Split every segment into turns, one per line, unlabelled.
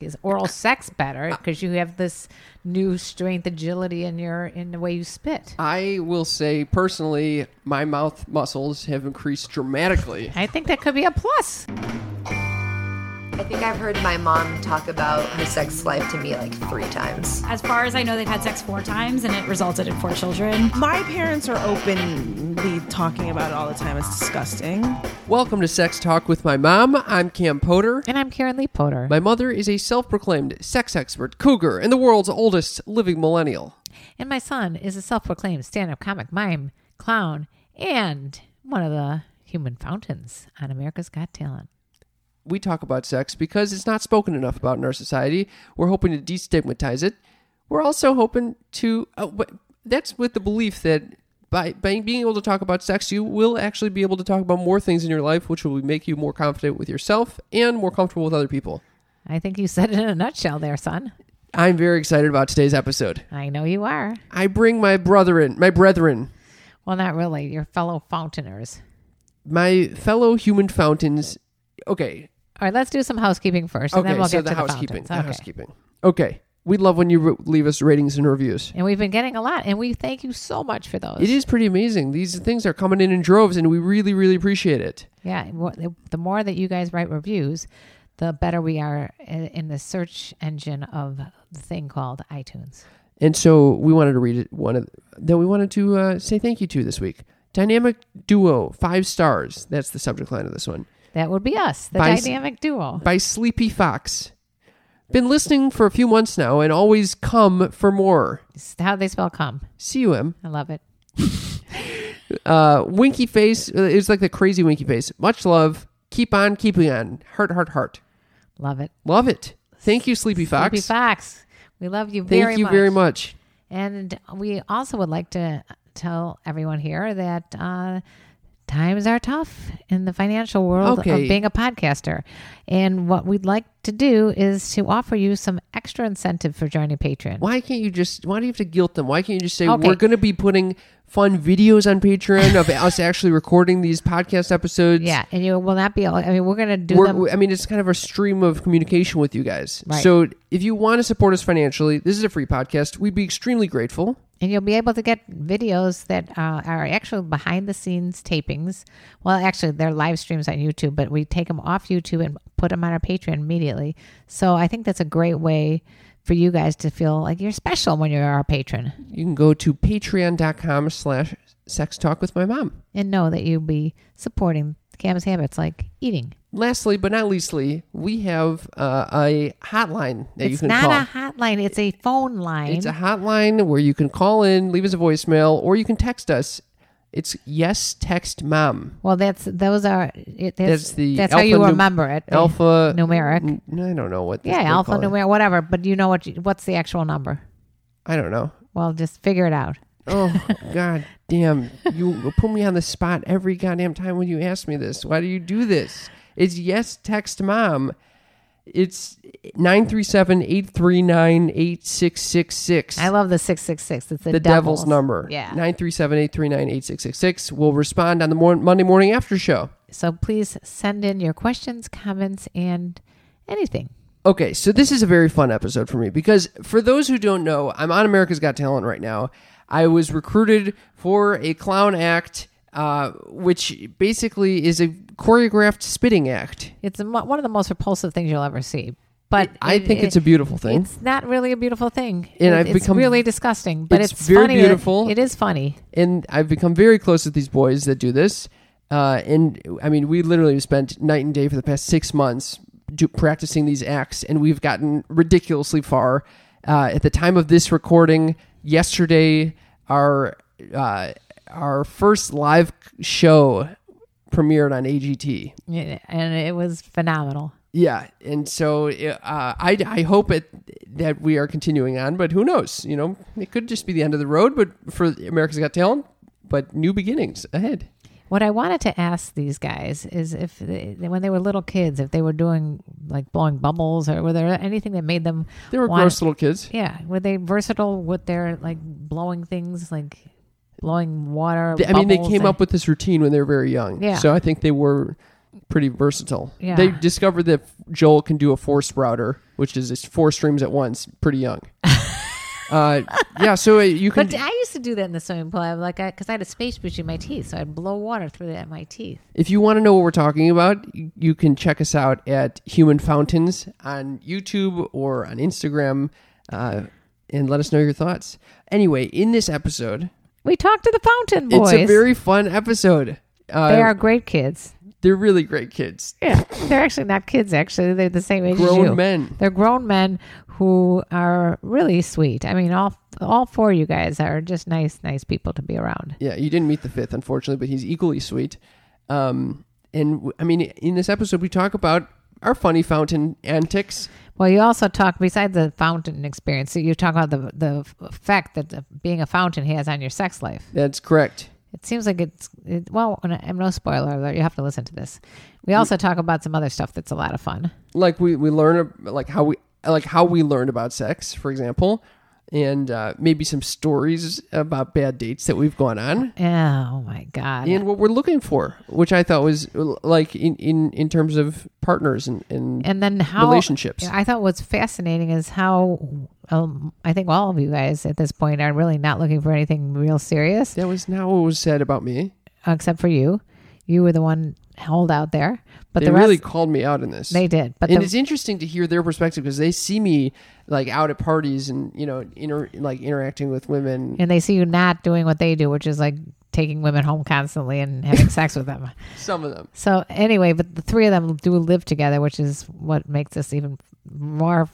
is oral
Uh,
sex better because you have this new strength agility in your in the way you spit.
I will say personally, my mouth muscles have increased dramatically.
I think that could be a plus.
I think I've heard my mom talk about her sex life to me like three times.
As far as I know, they've had sex four times and it resulted in four children.
My parents are openly talking about it all the time. It's disgusting.
Welcome to Sex Talk with my mom. I'm Cam Potter.
And I'm Karen Lee Potter.
My mother is a self proclaimed sex expert, cougar, and the world's oldest living millennial.
And my son is a self proclaimed stand up comic, mime, clown, and one of the human fountains on America's Got Talent.
We talk about sex because it's not spoken enough about in our society. We're hoping to destigmatize it. We're also hoping to. Uh, wh- that's with the belief that by, by being able to talk about sex, you will actually be able to talk about more things in your life, which will make you more confident with yourself and more comfortable with other people.
I think you said it in a nutshell there, son.
I'm very excited about today's episode.
I know you are.
I bring my brethren, my brethren,
Well, not really. Your fellow fountainers.
my fellow human fountains. Okay,
All right, let's do some housekeeping first, and
okay.
then we'll
so
get
the
to the
housekeeping,
fountains.
the
Okay.
housekeeping. Okay, we love when you re- leave us ratings and reviews.
And we've been getting a lot, and we thank you so much for those.
It is pretty amazing. These things are coming in in droves, and we really, really appreciate it.
Yeah, and what- the- the more that you guys write reviews, the better we are i- in the search engine of the thing called iTunes.
And so we wanted to read it one of that we wanted to uh, say thank you to this week. Dynamic duo, five stars. That's the subject line of this one.
That would be us, the
By s-
dynamic duo.
by Sleepy Fox. Been listening for a few months now and always come for more.
It's how they spell come.
See you, M.
I love it.
Uh, winky face. uh, It's like the crazy winky face. Much love. Keep on keeping on. Heart, heart, heart.
Love it.
Love it. Thank you, Sleepy Fox.
Sleepy Fox. We love you
Thank
very
you
much.
very much.
And we also would like to tell everyone here that uh, times are tough in the financial world
Okay.
of being a podcaster. And what we'd like to do is to offer you some extra incentive for joining Patreon.
Why can't you just? Why do you have to guilt them? Why can't you just say
Okay.
we're going to be putting fun videos on Patreon of us actually recording these podcast episodes?
Yeah, and you will not be. able- I mean, we're going to do
we're,
them.
we- I mean, it's kind of a stream of communication with you guys.
Right.
So if you want to support us financially, this is a free podcast. We'd be extremely grateful.
and you'll be able to get videos that uh, are actual behind the scenes tapings. Well, actually, they're live streams on YouTube, but we take them off YouTube and put them on our Patreon immediately. So I think that's a great way for you guys to feel like you're special when you're our patron
You can go to patreon.com slash sex talk with my mom.
and know that you'll be supporting Cam's habits like eating.
Lastly, but not leastly, we have uh, a hotline that you
It's
can
not
call.
a hotline, it's a phone line.
it's a hotline where you can call in, leave us a voicemail, or you can text us. It's yes, text mom.
well, that's those are it, that's,
That's the
that's how you
alphanum-
remember it. the
Alpha
numeric.
N- I don't know what.
Yeah,
they
alpha
call it.
numeric, whatever. But you know what? you- What's the actual number?
I don't know.
Well, just figure it out.
Oh god damn. You put me on the spot every goddamn time when you ask me this. Why do you do this? It's yes text mom. It's 937-839-8666.
I love the six six six. It's the,
the devil's, number.
Yeah.
937-839-8666. We'll respond on the mor- Monday morning after show.
So please send in your questions, comments, and anything.
Okay, so this is a very fun episode for me because for those who don't know, I'm on America's Got Talent right now. I was recruited for a clown act, uh, which basically is a choreographed spitting act.
It's the mo- one of the most repulsive things you'll ever see. But
I
it-
think
it-
it's a beautiful thing.
It's not really a beautiful thing.
And
It-
I've
it's
become-
really disgusting. But
it's
it's,
very
funny that-
beautiful.
It is funny.
and I've become very close with these boys that do this. Uh, and I mean, we literally spent night and day for the past six months do, practicing these acts, and we've gotten ridiculously far. Uh, at the time of this recording, yesterday, our uh, our first live show premiered on AGT.
Yeah, And it was phenomenal.
Yeah, and so uh, I I hope it that we are continuing on, but who knows? You know, it could just be the end of the road. But for America's Got Talent, but new beginnings ahead.
What I wanted to ask these guys is if they, when they were little kids, if they were doing like blowing bubbles or were there anything that made them
They were
want-
gross little kids.
Yeah, were they versatile with their like blowing things, like blowing water?
They- I mean, they
bubbles
came
and-
up with this routine when they were very young.
Yeah.
So I think they were pretty versatile.
Yeah.
They discovered that Joel can do a four sprouter, which is just four streams at once, pretty young. uh, yeah, so uh, you can.
But I used to do that in the swimming pool. I would like because I, had a space between my teeth, so I'd blow water through that my teeth.
If you want to know what we're talking about, y- you can check us out at Human Fountains on YouTube or on Instagram uh, and let us know your thoughts. Anyway, in this episode,
We talked to the fountain boys.
it's a very fun episode. Uh,
they are great kids.
they're really great kids.
Yeah, they're actually not kids. Actually, they're the same age as
Grown
you.
men.
They're grown men who are really sweet. I mean, all all four of you guys are just nice, nice people to be around.
Yeah, you didn't meet the fifth, unfortunately, but he's equally sweet. Um, and w- I mean, in this episode, we talk about our funny fountain antics.
Well, you also talk besides the fountain experience. You talk about the the effect that the, being a fountain has on your sex life.
That's correct.
It seems like it's it, well. and I'm no spoiler alert. You have to listen to this. We also talk about some other stuff that's a lot of fun.
Like we we learn ab- like how we like how we learned about sex, for example, and uh, maybe some stories about bad dates that we've gone on.
Yeah, Oh my god!
And what we're looking for, which I thought was l- like in, in, in terms of partners and, and,
and then how
relationships.
I thought what's fascinating is how um, I think all of you guys at this point are really not looking for anything real serious,
that was not what was said about me.
uh, except for you. You were the one held out there, but
They
the rest
really called me out in this.
they did. But
and
the,
it's interesting to hear their perspective because they see me like out at parties and you know inter- like interacting with women.
and they see you not doing what they do, which is like taking women home constantly and having sex with them.
Some of them,
So anyway, but the three of them do live together, which is what makes this even more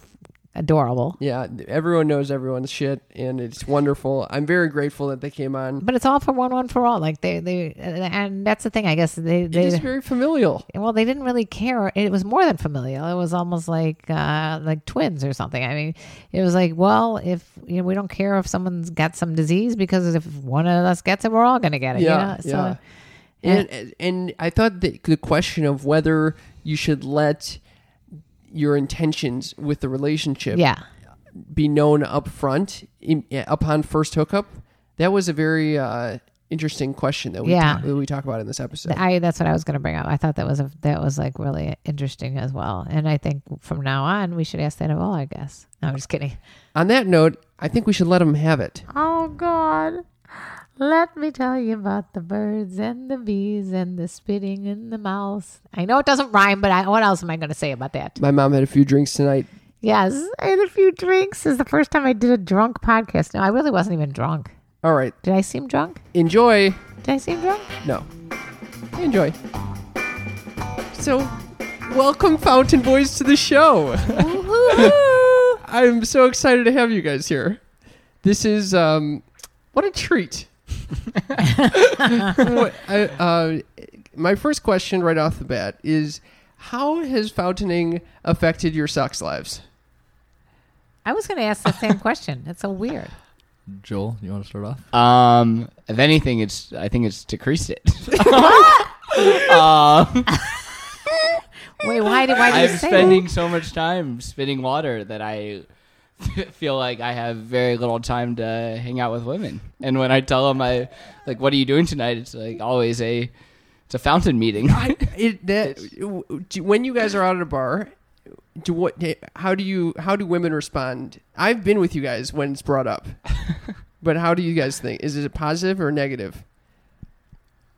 adorable.
yeah, everyone knows everyone's shit, and it's wonderful. I'm very grateful that they came on.
But it's all for one, one for all. Like they, they, and that's the thing. I guess they,
It
they
is very familial.
well, they didn't really care. It was more than familial. It was almost like uh, like twins or something. I mean, it was like, well, if you know, we don't care if someone's got some disease because if one of us gets it, we're all gonna get it.
Yeah,
you know? So,
yeah. And and I thought that the question of whether you should let your intentions with the relationship
yeah.
be known up front in, upon first hookup that was a very uh, interesting question that we
Yeah.
talk, that we talk about in this episode.
I that's what I was going to bring up. I thought that was a, that was like really interesting as well. And I think from now on we should ask that of all. I guess. No, I'm just kidding.
On that note, I think we should let them have it.
Oh God, let me tell you about the birds and the bees and the spitting and the mouse. I know it doesn't rhyme, but I, what else am I going to say about that?
My mom had a few drinks tonight.
Yes, I had a few drinks. This is the first time I did a drunk podcast. No, I really wasn't even drunk.
All right.
Did I seem drunk?
Enjoy.
Did I seem drunk?
No. Enjoy. So, welcome Fountain Boys to the show. I'm so excited to have you guys here. This is um what a treat. What- I- uh, my first question right off the bat is how has fountaining affected your sex lives?
I was going to ask the same question. That's so weird.
Joel, you want to start off?
Um, if anything, it's I think it's decreased it.
Wait, why did why did you
I'm
say
spending so much time spitting water that I feel like I have very little time to hang out with women. And when I tell them I like, what are you doing tonight? It's like always a it's a fountain meeting.
I it that do, when you guys are out at a bar, do what? eh, How do you? How do women respond? I've been with you guys when it's brought up, but how do you guys think? Is it positive or negative?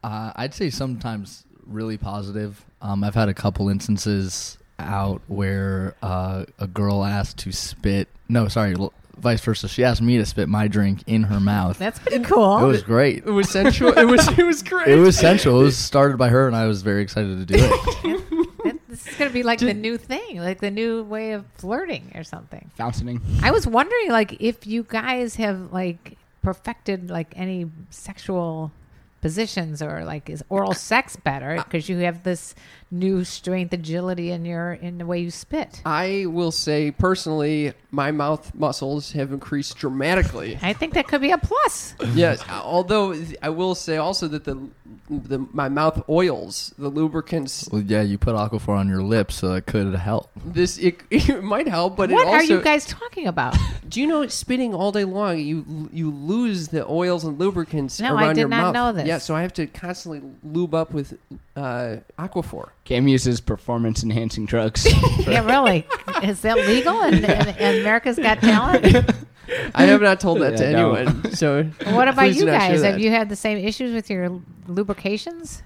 Uh, I'd say sometimes really positive. Um, I've had a couple instances out where uh, a girl asked to spit. No, sorry, l- vice versa. She asked me to spit my drink in her mouth.
That's pretty cool.
it was great.
It was sensual. it was. It was great.
It was sensual. It was started by her, and I was very excited to do it.
This is going to be like the new thing, like the new way of flirting or something.
Fountaining.
I was wondering, like, if you guys have like perfected like any sexual positions or like is oral sex better because you have this new strength agility in your in the way you spit.
I will say personally, my mouth muscles have increased dramatically.
I think that could be a plus.
yes, although I will say also that the the my mouth oils, the lubricants.
Well, yeah, you put Aquaphor on your lips, so it could help.
This it, it might help, but
what
it also
are you guys talking about?
Do you know spitting all day long? You you lose the oils and lubricants.
No, I
around
did
your
not
mouth.
know this.
Yeah, so I have to constantly lube up with uh, Aquaphor.
Cam uses performance enhancing drugs.
yeah, really? Is that legal? And, and, and America's Got Talent?
I have not told that to
Yeah, no.
anyone. So
What about
please
you
do not share
guys? Have
that.
you had the same issues with your lubrications?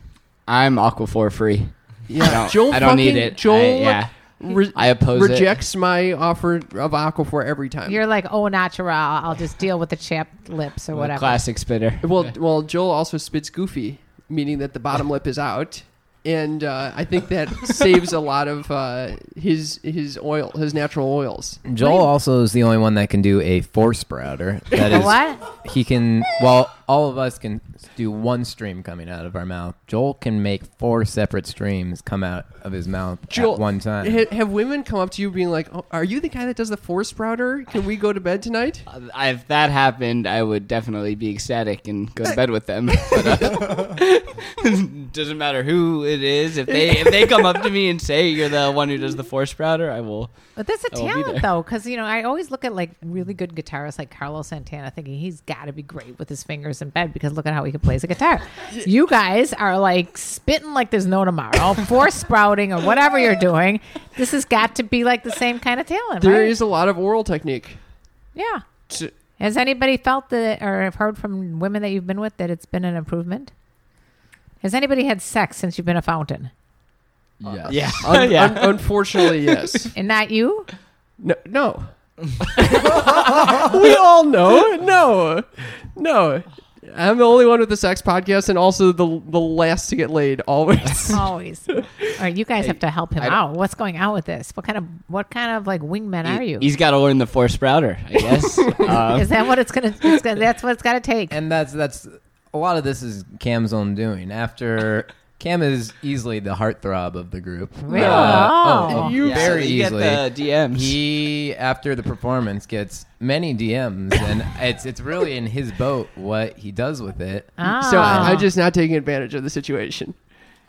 I'm Aquaphor free.
Yeah,
I don't,
Joel
I don't need
fucking-
it.
Joel
I, yeah,
re-
I oppose it.
rejects my offer of Aquaphor every time.
You're like, oh, natural. I'll just deal with the chapped lips or
I'm a
whatever.
Classic spitter.
well, well, Joel also spits goofy, meaning that the bottom lip is out, and uh, I think that saves a lot of uh, his his oil, his natural oils.
Joel also is the only one that can do a four sprouter. That
A
is,
what?
he can. Well, all of us can do one stream coming out of our mouth. Joel can make four separate streams come out of his mouth
Joel,
at one time.
ha- have women come up to you being like, oh, "Are you the guy that does the four sprouter? Can we go to bed tonight?"
Uh, If that happened, I would definitely be ecstatic and go to bed with them. But, uh, doesn't matter who it is. If they if they come up to me and say you're the one who does the force sprouter, I will.
But that's a
I will be
talent,
there.
though, because, you know, I always look at like really good guitarists like Carlos Santana thinking he's got to be great with his fingers in bed because look at how he can play the guitar. you guys are like spitting like there's no tomorrow, force sprouting or whatever you're doing. This has got to be like the same kind of talent.
There
right?
is a lot of oral technique.
Yeah.
T-
Has anybody felt that or have heard from women that you've been with that it's been an improvement? Has anybody had sex since you've been a fountain?
Uh, Yeah.
Yeah,
Un-
yeah.
un- unfortunately, yes.
And not you?
No, no. we all know. No, no. I'm the only one with the sex podcast, and also the the last to get laid always.
Always. All right, you guys have to help him
I-
out. What's going on with this? What kind of what kind of like wingman are you?
He, has got to learn the force sprouter, I guess. um,
Is that what it's gonna, it's gonna that's what it's gotta take.
and that's that's a lot of this is Cam's own doing. After Cam is easily the heartthrob of the group. Uh,
Really?
oh,
Oh.
you
yeah,
very
you
easily.
Get the DMs.
He after the performance gets many DMs, and it's it's really in his boat what he does with it.
Ah.
So I, I'm just not taking advantage of the situation.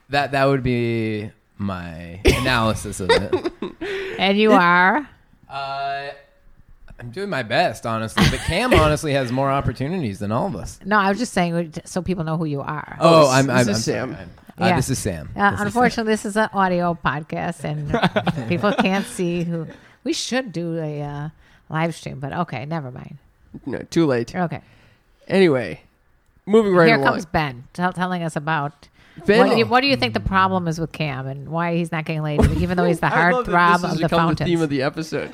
That that would be my analysis of it.
and you are
Uh, I'm doing my best, honestly. But Cam honestly has more opportunities than all of us.
no, I was just saying so people know who you are.
Oh,
this-
I'm,
this
I'm,
is
I'm sorry.
Sam.
I'm- uh,
Yeah.
This is Sam.
Uh,
This is Sam.
unfortunately, this is an audio podcast, and people can't see who. We should do a uh, live stream, but okay, never mind.
No, too late.
Okay,
Anyway, moving right
here
along.
comes Ben tell, telling us about.
Ben- Oh.
what, do you, what do you think the problem is with Cam and why he's not getting laid, even though he's the
I love that
heartthrob
this
of
has
the
become the
fountain?
theme of the episode.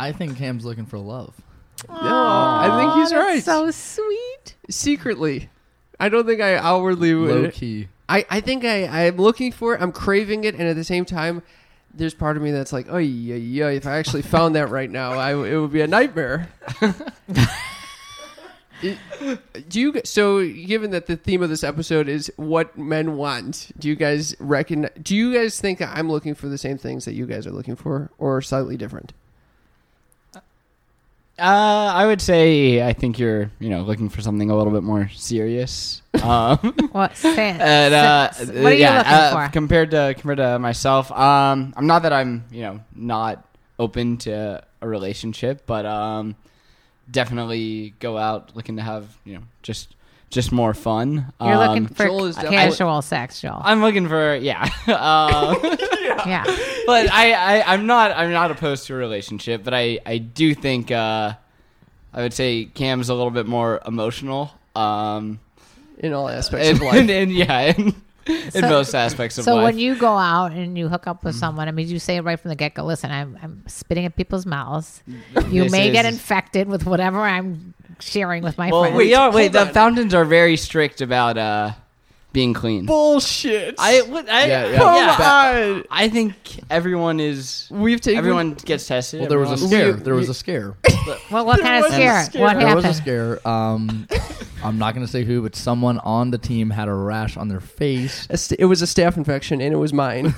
I think Cam's looking for love.
No, I think he's right.
So sweet.
Secretly, I don't think I outwardly would.
Low key.
I, I think I, I'm looking for it. I'm craving it, and at the same time, there's part of me that's like, oh yeah, yeah. If I actually found that right now, I w it would be a nightmare. It- do you? g- So, given that the theme of this episode is what men want, do you guys reckon? Do you guys think that I'm looking for the same things that you guys are looking for, or slightly different?
Uh, I would say I think you're, you know, looking for something a little bit more serious. Um,
What, say,
and, uh,
say- what are you
yeah,
looking
uh,
for?
Compared to compared to myself, um, I'm not that I'm, you know, not open to a relationship, but um, definitely go out looking to have, you know, just just more fun.
You're
um,
looking for
Joel is definitely-
casual sex, Joel.
I'm looking for yeah. um,
yeah.
but I, I I'm not I'm not opposed to a relationship, but I I do think uh, I would say Cam's a little bit more emotional. Um,
In all aspects
and,
of life,
and- and, yeah, in, in
So-
most aspects of
So
life.
when you go out and you hook up with
Mm-hmm.
someone, I mean, you say it right from the get go. Listen, I'm I'm spitting at people's mouths.
Mm-hmm.
You
This
may get
is-
infected with whatever I'm sharing with my
well,
friends.
we are wait. The fountains are very strict about uh, being clean.
bullshit.
I would. I,
Yeah, yeah.
Come
Yeah.
on. I think everyone is.
We've taken
Everyone gets tested.
Well, there was a
everyone-
scare.
scare.
There
There
was
was a scare.
Well, what kind of
was a
scare?
scare.
What
There was a
happened?
scare. Um, I'm not going to say who, but someone on the team had a rash on their face,
A st- it was a staph infection, and it was mine.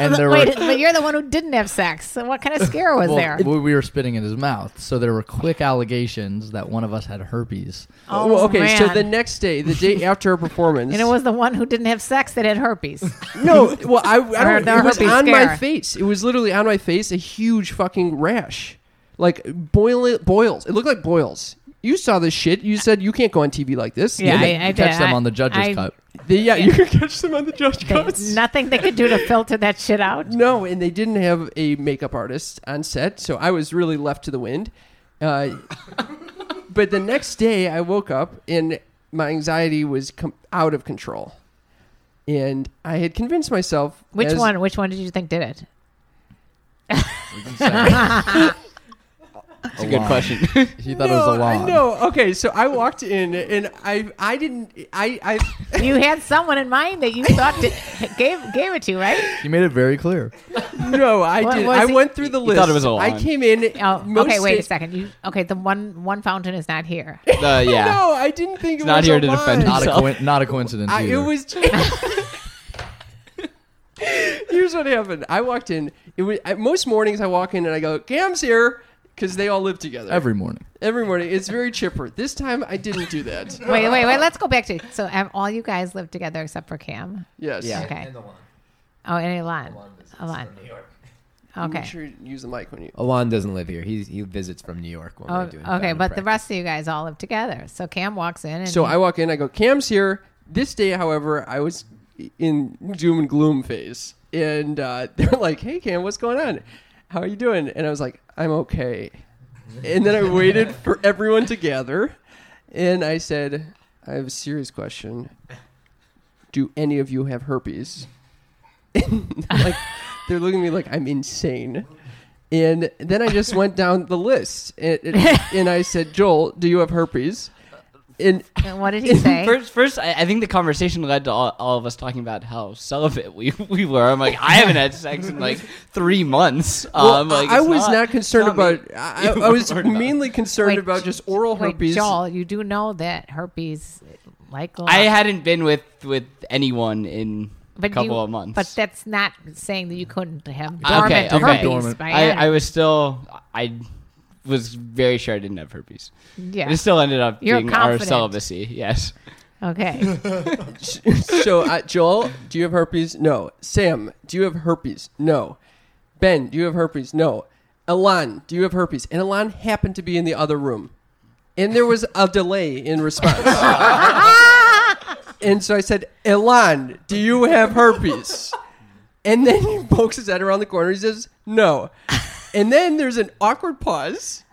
and there were
Wait, but you're the one who didn't have sex. So what kind of scare was
well,
there?
we- we were spitting in his mouth. So there were quick allegations that one of us had herpes.
Oh,
well, okay, so
man.
the next day, the day after a performance,
and it was the one who didn't have sex that had herpes.
no. Well, I, I
Or
don't,
the
it was
herpes
on my
scare.
face. It was literally on my face, a huge fucking rash, like boil boils. It looked like boils. You saw this shit. You said you can't go on TV like this.
Yeah,
They-
I- I
you catch
did.
them
I-
on the judges'
I-
cut.
They- yeah, you can catch them on the judge
They-
cuts.
nothing they could do to filter that shit out.
No, and they didn't have a makeup artist on set, so I was really left to the wind. Uh, but the next day, I woke up and my anxiety was com- out of control, and I had convinced myself.
Which
as-
one? Which one did you think did it?
We can say
That's a good question.
he thought it was a lawn.
No, okay. So I walked in and I I didn't I I
You had someone in mind that you thought did, gave gave it to you, right?
He made it very clear.
no I
What
did
was
I
he-
went through the
He
list.
thought it was a
I
line.
came in.
Oh,
most
okay. Wait a
days-
second. You okay? The one one fountain is not here.
Uh, yeah.
No, I didn't think it
not
was
here
a
to defend
line.
Not a,
Himself.
coin not a coincidence.
I, it
either.
was. Here's what happened. I walked in. It was at most mornings. I walk in and I go, "Cam's here," because they all live together
every morning.
every morning. It's very chipper. This time I didn't do that.
Wait, wait, wait. Let's go back to so um, all you guys live together except for Cam.
Yes.
Yeah.
Okay. Oh, and Elon. Elon.
Make
Okay.
sure you use the mic when you.
Alon doesn't live here. He he visits from New York. When
Oh,
we're doing
okay,
Fountain
but the
Press.
rest of you guys all live together. So Cam walks in, and
So
he-
I walk in. I go, "Cam's here." This day, however, I was in doom and gloom phase, and uh, they're like, "Hey, Cam, what's going on? How are you doing?" And I was like, "I'm okay." And then I waited for everyone to gather, and I said, "I have a serious question. Do any of you have herpes?" like they're looking at me like I'm insane. And then I just went down the list, and, and I said, "Joel, do you have herpes?" And
and what did he say?
First, first, I, I think the conversation led to all, all of us talking about how celibate we, we were. I'm like, I haven't had sex in like three months.
Well,
um, like,
I I
it's
was not,
not
concerned
it's not me.
about. I,
You
I was
were not.
mainly concerned
Wait,
about just oral
Wait,
herpes.
Joel, you do know that herpes, like,
I hadn't been with with anyone in a
but
couple
you-
of months.
But that's not saying that you couldn't have
Okay,
dormant
okay.
herpes.
Dormant.
By
I, I
I,
was still. I was very sure I didn't have herpes.
yeah.
It still ended up
You're
being our
confident.
celibacy. Yes.
okay.
so, uh, Joel, do you have herpes? No. Sam, do you have herpes? No. Ben, do you have herpes? No. Elan, do you have herpes? And Elan happened to be in the other room, and there was a delay in response. and so I said, Elan, do you have herpes? And then he pokes his head around the corner. He says, "No." And then there's an awkward pause,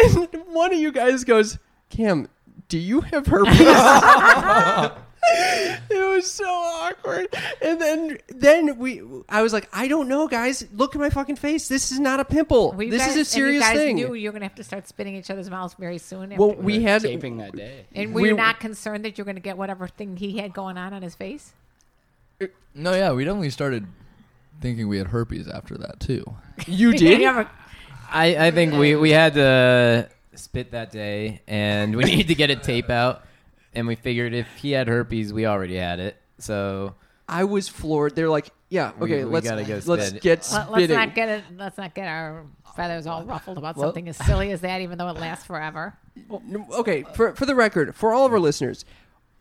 and one of you guys goes, "Cam, do you have herpes?" it was so awkward. And then, then we, I was like, "I don't know, guys. Look at my fucking face. This is not a pimple.
Well, you
this
guys-
is a serious
and you guys
thing."
Knew you were going to have to start spitting each other's mouths very soon.
well,
after-
we had
Taping that day.
and were you
we-
not concerned that you're going to get whatever thing he had going on on his face?
No, yeah, we definitely started thinking we had herpes after that too.
you did.
Never-
I, I think we, we had to spit that day, and we needed to get a tape out. And we figured if he had herpes, we already had it. So
I was floored. They're like, "Yeah,
We-
okay,
we
let's
gotta go
let's
spit.
get
Let,
spitting."
let's not get it. Let's not get our feathers all ruffled about something as silly as that, even though it lasts forever.
No, okay for, for the record for all of our listeners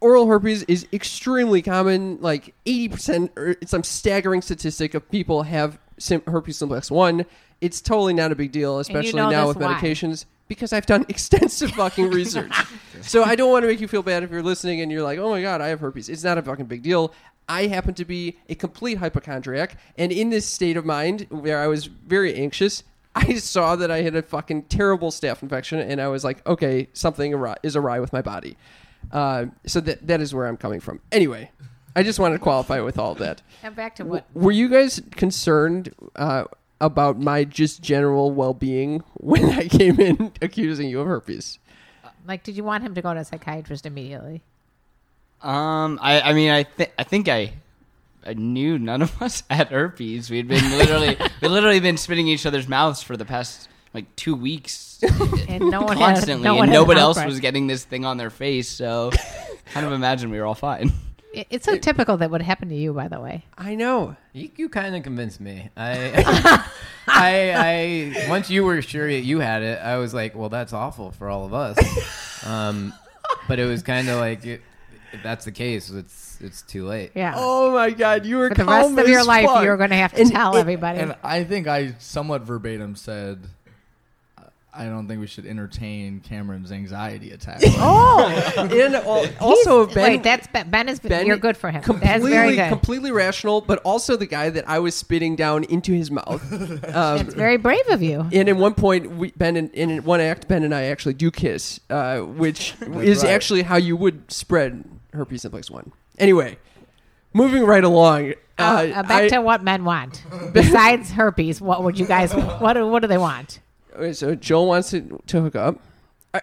oral herpes is extremely common like 80% or it's some staggering statistic of people have sim- herpes simplex 1 it's totally not a big deal especially
know
now
this
with
why.
medications because i've done extensive fucking research so i don't want to make you feel bad if you're listening and you're like oh my god i have herpes it's not a fucking big deal I happen to be a complete hypochondriac, and in this state of mind where I was very anxious, I saw that I had a fucking terrible staph infection, and I was like, okay, something awry- is awry with my body. Uh, so that that is where I'm coming from. Anyway, I just wanted to qualify with all of that.
And back to what?
Were you guys concerned uh, about my just general well being when I came in accusing you of herpes?
Like, did you want him to go to a psychiatrist immediately?
Um, I, I mean, I think I think I, I knew none of us had herpes. We'd been literally, we would literally been spitting each other's mouths for the past like two weeks
And no one had-
constantly,
no one
and
had an
nobody else
outbreak.
was getting this thing on their face. So, kind of imagine we were all fine.
It- It's so typical that would happen to you, by the way.
I know.
You, you kind of convinced me. I, I, I, once you were sure you had it, I was like, well, that's awful for all of us. Um, but it was kind of like, it, if that's the case, it's it's too late.
Yeah.
Oh my god, you were
For the
calm
rest of your
as
life,
fuck.
you're going to have to
And
tell
it-
everybody.
And I think I somewhat verbatim said, I don't think we should entertain Cameron's anxiety attack.
Oh, and al- also Ben.
Wait, that's Ben. Ben is
Ben
you're good for him.
Completely,
that's very good.
completely rational, but also the guy that I was spitting down into his mouth. Um,
That's very brave of you.
and in one point, we, Ben and in one act, Ben and I actually do kiss, uh, which is
right.
actually how you would spread herpes simplex one. Anyway, moving right along.
Uh, uh, back
I-
to what men want. Besides herpes, what would you guys? What do- what do they want?
Okay, so Joel wants to, to hook up. I,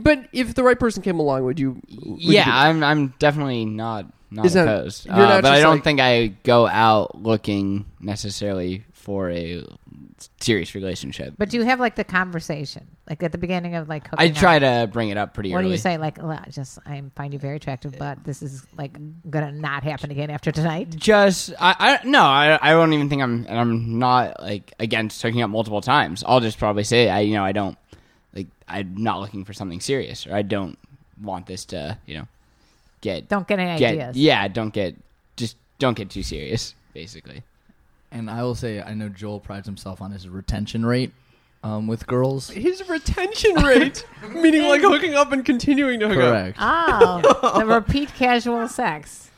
but if the right person came along, would you? would you
yeah,
do-
I'm. I'm definitely not not
Is that-
opposed.
you're
Uh,
not
but I
just
don't
like-
think I go out looking necessarily for a serious relationship.
But do you have like the conversation, like at the beginning of like?
I
hooking
try
up?
to bring it up pretty
What
early.
do you say? Like, "Well, I just I find you very attractive, but this is like gonna not happen again after tonight.
Just I, I no I, I don't even think I'm and I'm not like against hooking up multiple times. I'll just probably say I you know I don't like I'm not looking for something serious or I don't want this to you know get
Don't get any
get
ideas.
yeah don't get just don't get too serious basically.
and I will say, I know Joel prides himself on his retention rate um, with girls.
his retention rate, meaning like hooking up and continuing to hook up.
Correct.
Oh, the repeat casual sex.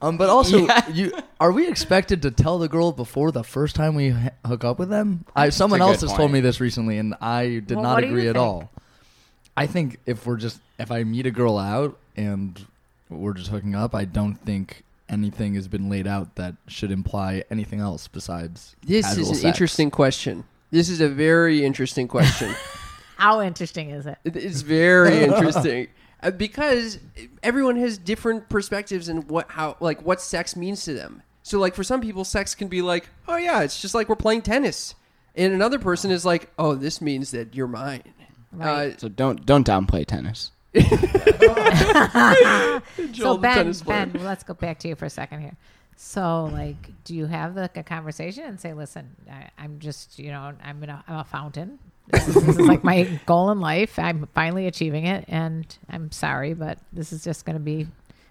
Um, but also, you are we expected to tell the girl before the first time we h- hook up with them? I, someone
a
else
good
has
point.
told me this recently, and I did
Well, what
not
do you
agree at
think?
all. I think if we're just if I meet a girl out and we're just hooking up, I don't think anything has been laid out that should imply anything else besides
This
casual
is an
sex.
interesting question. This is a very interesting question.
How interesting is it?
It- it's very interesting Uh, because everyone has different perspectives and what how like what sex means to them. So like for some people, sex can be like, oh yeah, it's just like we're playing tennis, and another person is like, oh, this means that you're mine.
Right.
Uh,
So don't don't downplay tennis.
Joel,
so
the
Ben,
tennis player.
Ben, let's go back to you for a second here. So, like, do you have like a conversation and say, "Listen, I, I'm just, you know, I'm in a, I'm a fountain. This is, this is like my goal in life. I'm finally achieving it, and I'm sorry, but this is just going to be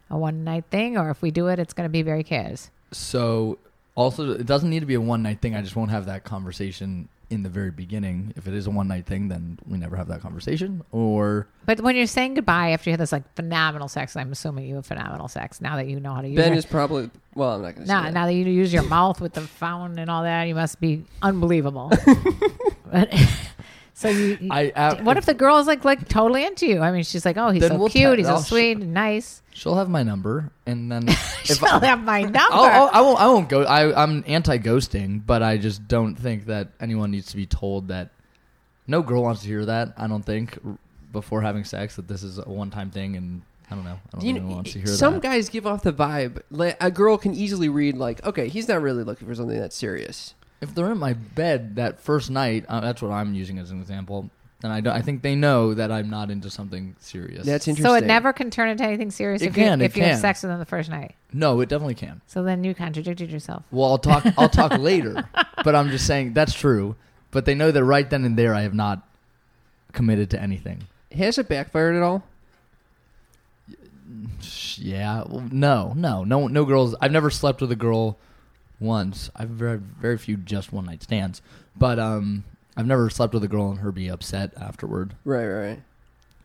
a one night thing. Or if we do it, it's going to be very chaos.
So also, it doesn't need to be a one night thing. I just won't have that conversation in the very beginning. If it is a one night thing, then we never have that conversation. Or
But when you're saying goodbye after you had this like phenomenal sex, I'm assuming you have phenomenal sex now that you know how to use
Ben
your-
is probably well. I'm not going to say
Now,
that.
now that you use your mouth with the fountain and all that, you must be unbelievable. But- so you, you-
I- uh, I-
what if the girl's like like totally into you? I mean, she's like, oh, he's
Then
so
we'll
cute,
te-
he's so
I'll sh-
sweet, and nice.
she'll have my number, and then if Oh,
She'll have my number.
I'll, I'll, I won't. I won't go. I, I'm anti-ghosting, but I just don't think that anyone needs to be told that. No girl wants to hear that. I don't think r- before having sex that this is a one-time thing, and I don't know. I don't
You
think
know,
anyone wants to hear
some
that.
guys give off the vibe. Like, a girl can easily read, like, okay, he's not really looking for something that's serious.
if they're in my bed that first night, uh, that's what I'm using as an example, and I don't. I think they know that I'm not into something serious.
That's interesting.
so it never can turn into anything serious
It
if
can,
you
it
if you have
can.
sex with them the first night.
no. It definitely can.
So then you contradicted yourself.
Well, I'll talk. I'll talk later. But I'm just saying that's true. But they know that right then and there, I have not committed to anything.
has it backfired at all.
Sh- Yeah. Well, no, no, no, no girls. I've never slept with a girl once. I've very, very few just one night stands, but um, I've never slept with a girl and her be upset afterward
Right, right, right.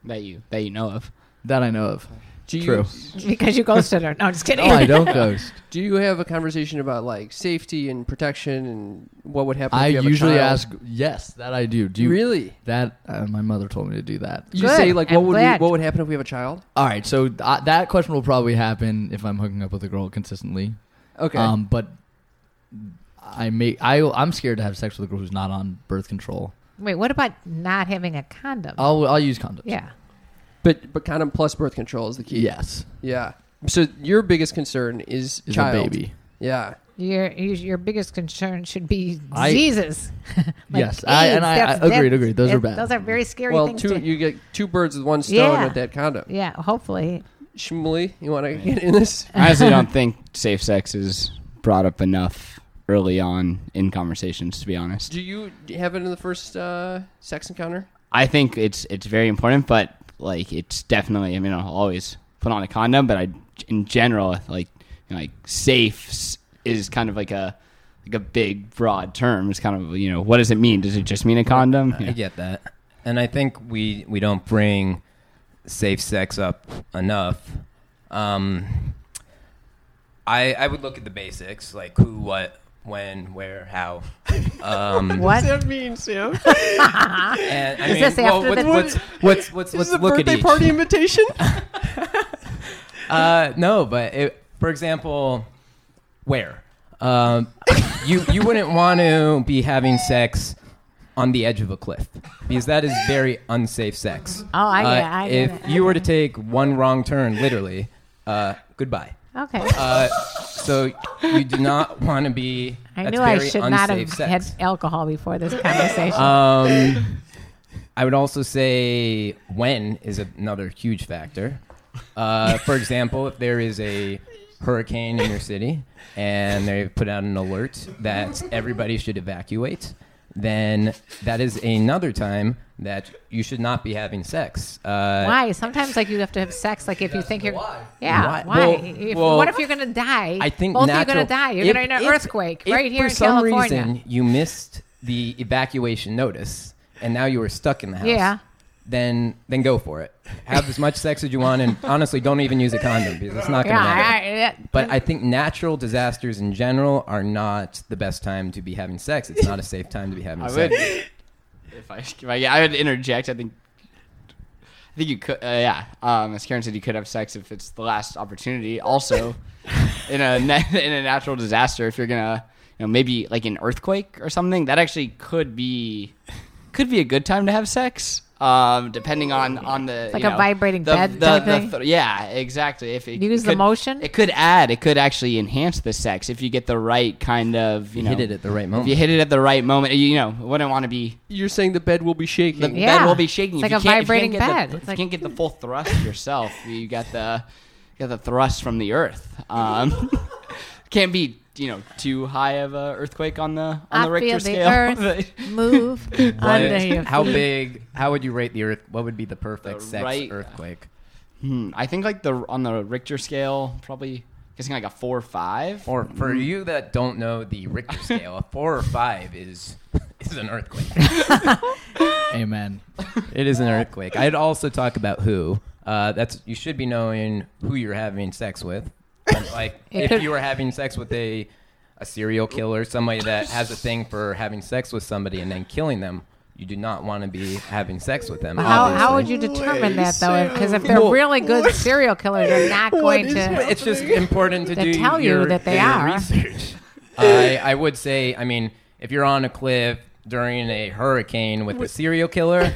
That you that you know of.
that I know of.
Do you
True.
Because you ghosted her. No, I'm just
No,
kidding.
Oh, I don't ghost.
do you have a conversation about like safety and protection and what would happen? If
I
you have a
usually
child?
ask. Yes, that I do. Do you
really?
That uh, my mother told me to do that.
You
Good.
say like,
I'm
what would we,
glad.
what would happen if we have a child?
All right, so th- that question will probably happen if I'm hooking up with a girl consistently.
Okay,
Um, but I may I I'm scared to have sex with a girl who's not on birth control.
Wait, what about not having a condom?
I'll I'll use condoms.
yeah.
but but condom plus birth control is the key.
Yes.
yeah. So your biggest concern is
Is
child.
a baby.
Yeah,
Your your- your biggest concern should be
I-
diseases. Like
Yes, I- and I- I
that's-
agreed,
that's-
agreed. Those are
that-
bad.
Those are very scary
Well,
things.
two
to,
you get two birds with one stone
Yeah.
with that condom.
yeah, hopefully.
Shmuley, you want to get in this?
I honestly don't think safe sex is brought up enough early on in conversations. To be honest,
Do you do you have it in the first uh, sex encounter?
I think it's it's very important, but like it's definitely. I mean, I'll always put on a condom, but I, in general, like you know, like safe s- is kind of like a like a big broad term. It's kind of you know what does it mean? Does it just mean a condom?
I get that, and I think we we don't bring safe sex up enough. Um, I I would look at the basics like who, what, when, where, how. Um,
What is
That means, Sam.
and, I
Is
mean,
this
well,
after
what's,
the-
what's what's what's
This
what's
is a
look at
birthday
each.
party invitation.
Uh, no, but it, for example, where um, you you wouldn't want to be having sex on the edge of a cliff because that is very unsafe sex.
Oh, I get it,
Uh,
I
if
get it.
you were to take one wrong turn, literally, uh, goodbye.
Okay.
Uh, so you do not want to be.
I
that's
knew I
very
should not have
unsafe
had
sex. Uh,
alcohol before this conversation.
Um, I would also say when is another huge factor. Uh, for example, if there is a hurricane in your city and they put out an alert that everybody should evacuate, then that is another time that you should not be having sex. Uh,
why? Sometimes like you have to have sex. Like if you think you're, yeah, why?
Why? Well,
if,
well,
what if you're gonna die?
I think
both
natural,
of you're gonna die. You're
if-
gonna in an
if-
earthquake
if
right here
for
in
some
California.
reason you missed the evacuation notice and now you are stuck in the house.
Yeah.
Then then go for it. Have as much sex as you want, and honestly, don't even use a condom because it's not going
yeah,
to matter.
I, I, yeah.
but I think natural disasters in general are not the best time to be having sex. It's not a safe time to be having
I would.
sex.
If I, if I, I would interject. I think. I think you could. Uh, yeah. Um, as Karen said, you could have sex if it's the last opportunity. Also, in a na- in a natural disaster, if you're gonna, you know, maybe like an earthquake or something, that actually could be could be a good time to have sex. Um, depending on on the
Like
you
a
know,
vibrating
the-
bed
the-
type
the
thing?
th- yeah, exactly. If it
Use the
could-
motion?
it could add. It could actually enhance the sex if you get the right kind of you know
hit it at the right
if you
moment.
hit it at the right moment, you know, wouldn't want to be.
You're saying the bed will be shaking.
The
Yeah.
bed will be shaking.
It's
If
like
you
a
can't- if you
vibrating
can't get
bed.
The,
It's
if
like-
you can't get the full thrust yourself. You got the, you got the thrust from the earth. Um, can't be you know too high of a earthquake on the on
I
the Richter
feel
scale.
the earth move
But
under your
how
feet.
big? How would you rate the earth? What would be the perfect
The
sex
right-
earthquake?
Hmm, I think like the on the Richter scale, probably guessing like a four or five.
Or for you that don't know the Richter scale, a four or five is is an earthquake.
Amen.
It is an earthquake. I'd also talk about who. Uh, that's you should be knowing who you're having sex with. Like
It
if
could-
you were having sex with a a serial killer, somebody that has a thing for having sex with somebody and then killing them, you do not want to be having sex with them.
How, how would
obviously.
you determine that though? Because if they're really good serial killers, they're not going to.
It's just important to
They
do
tell you
your-
that they
your
are.
research. I I would say, I mean, if you're on a cliff during a hurricane with a serial killer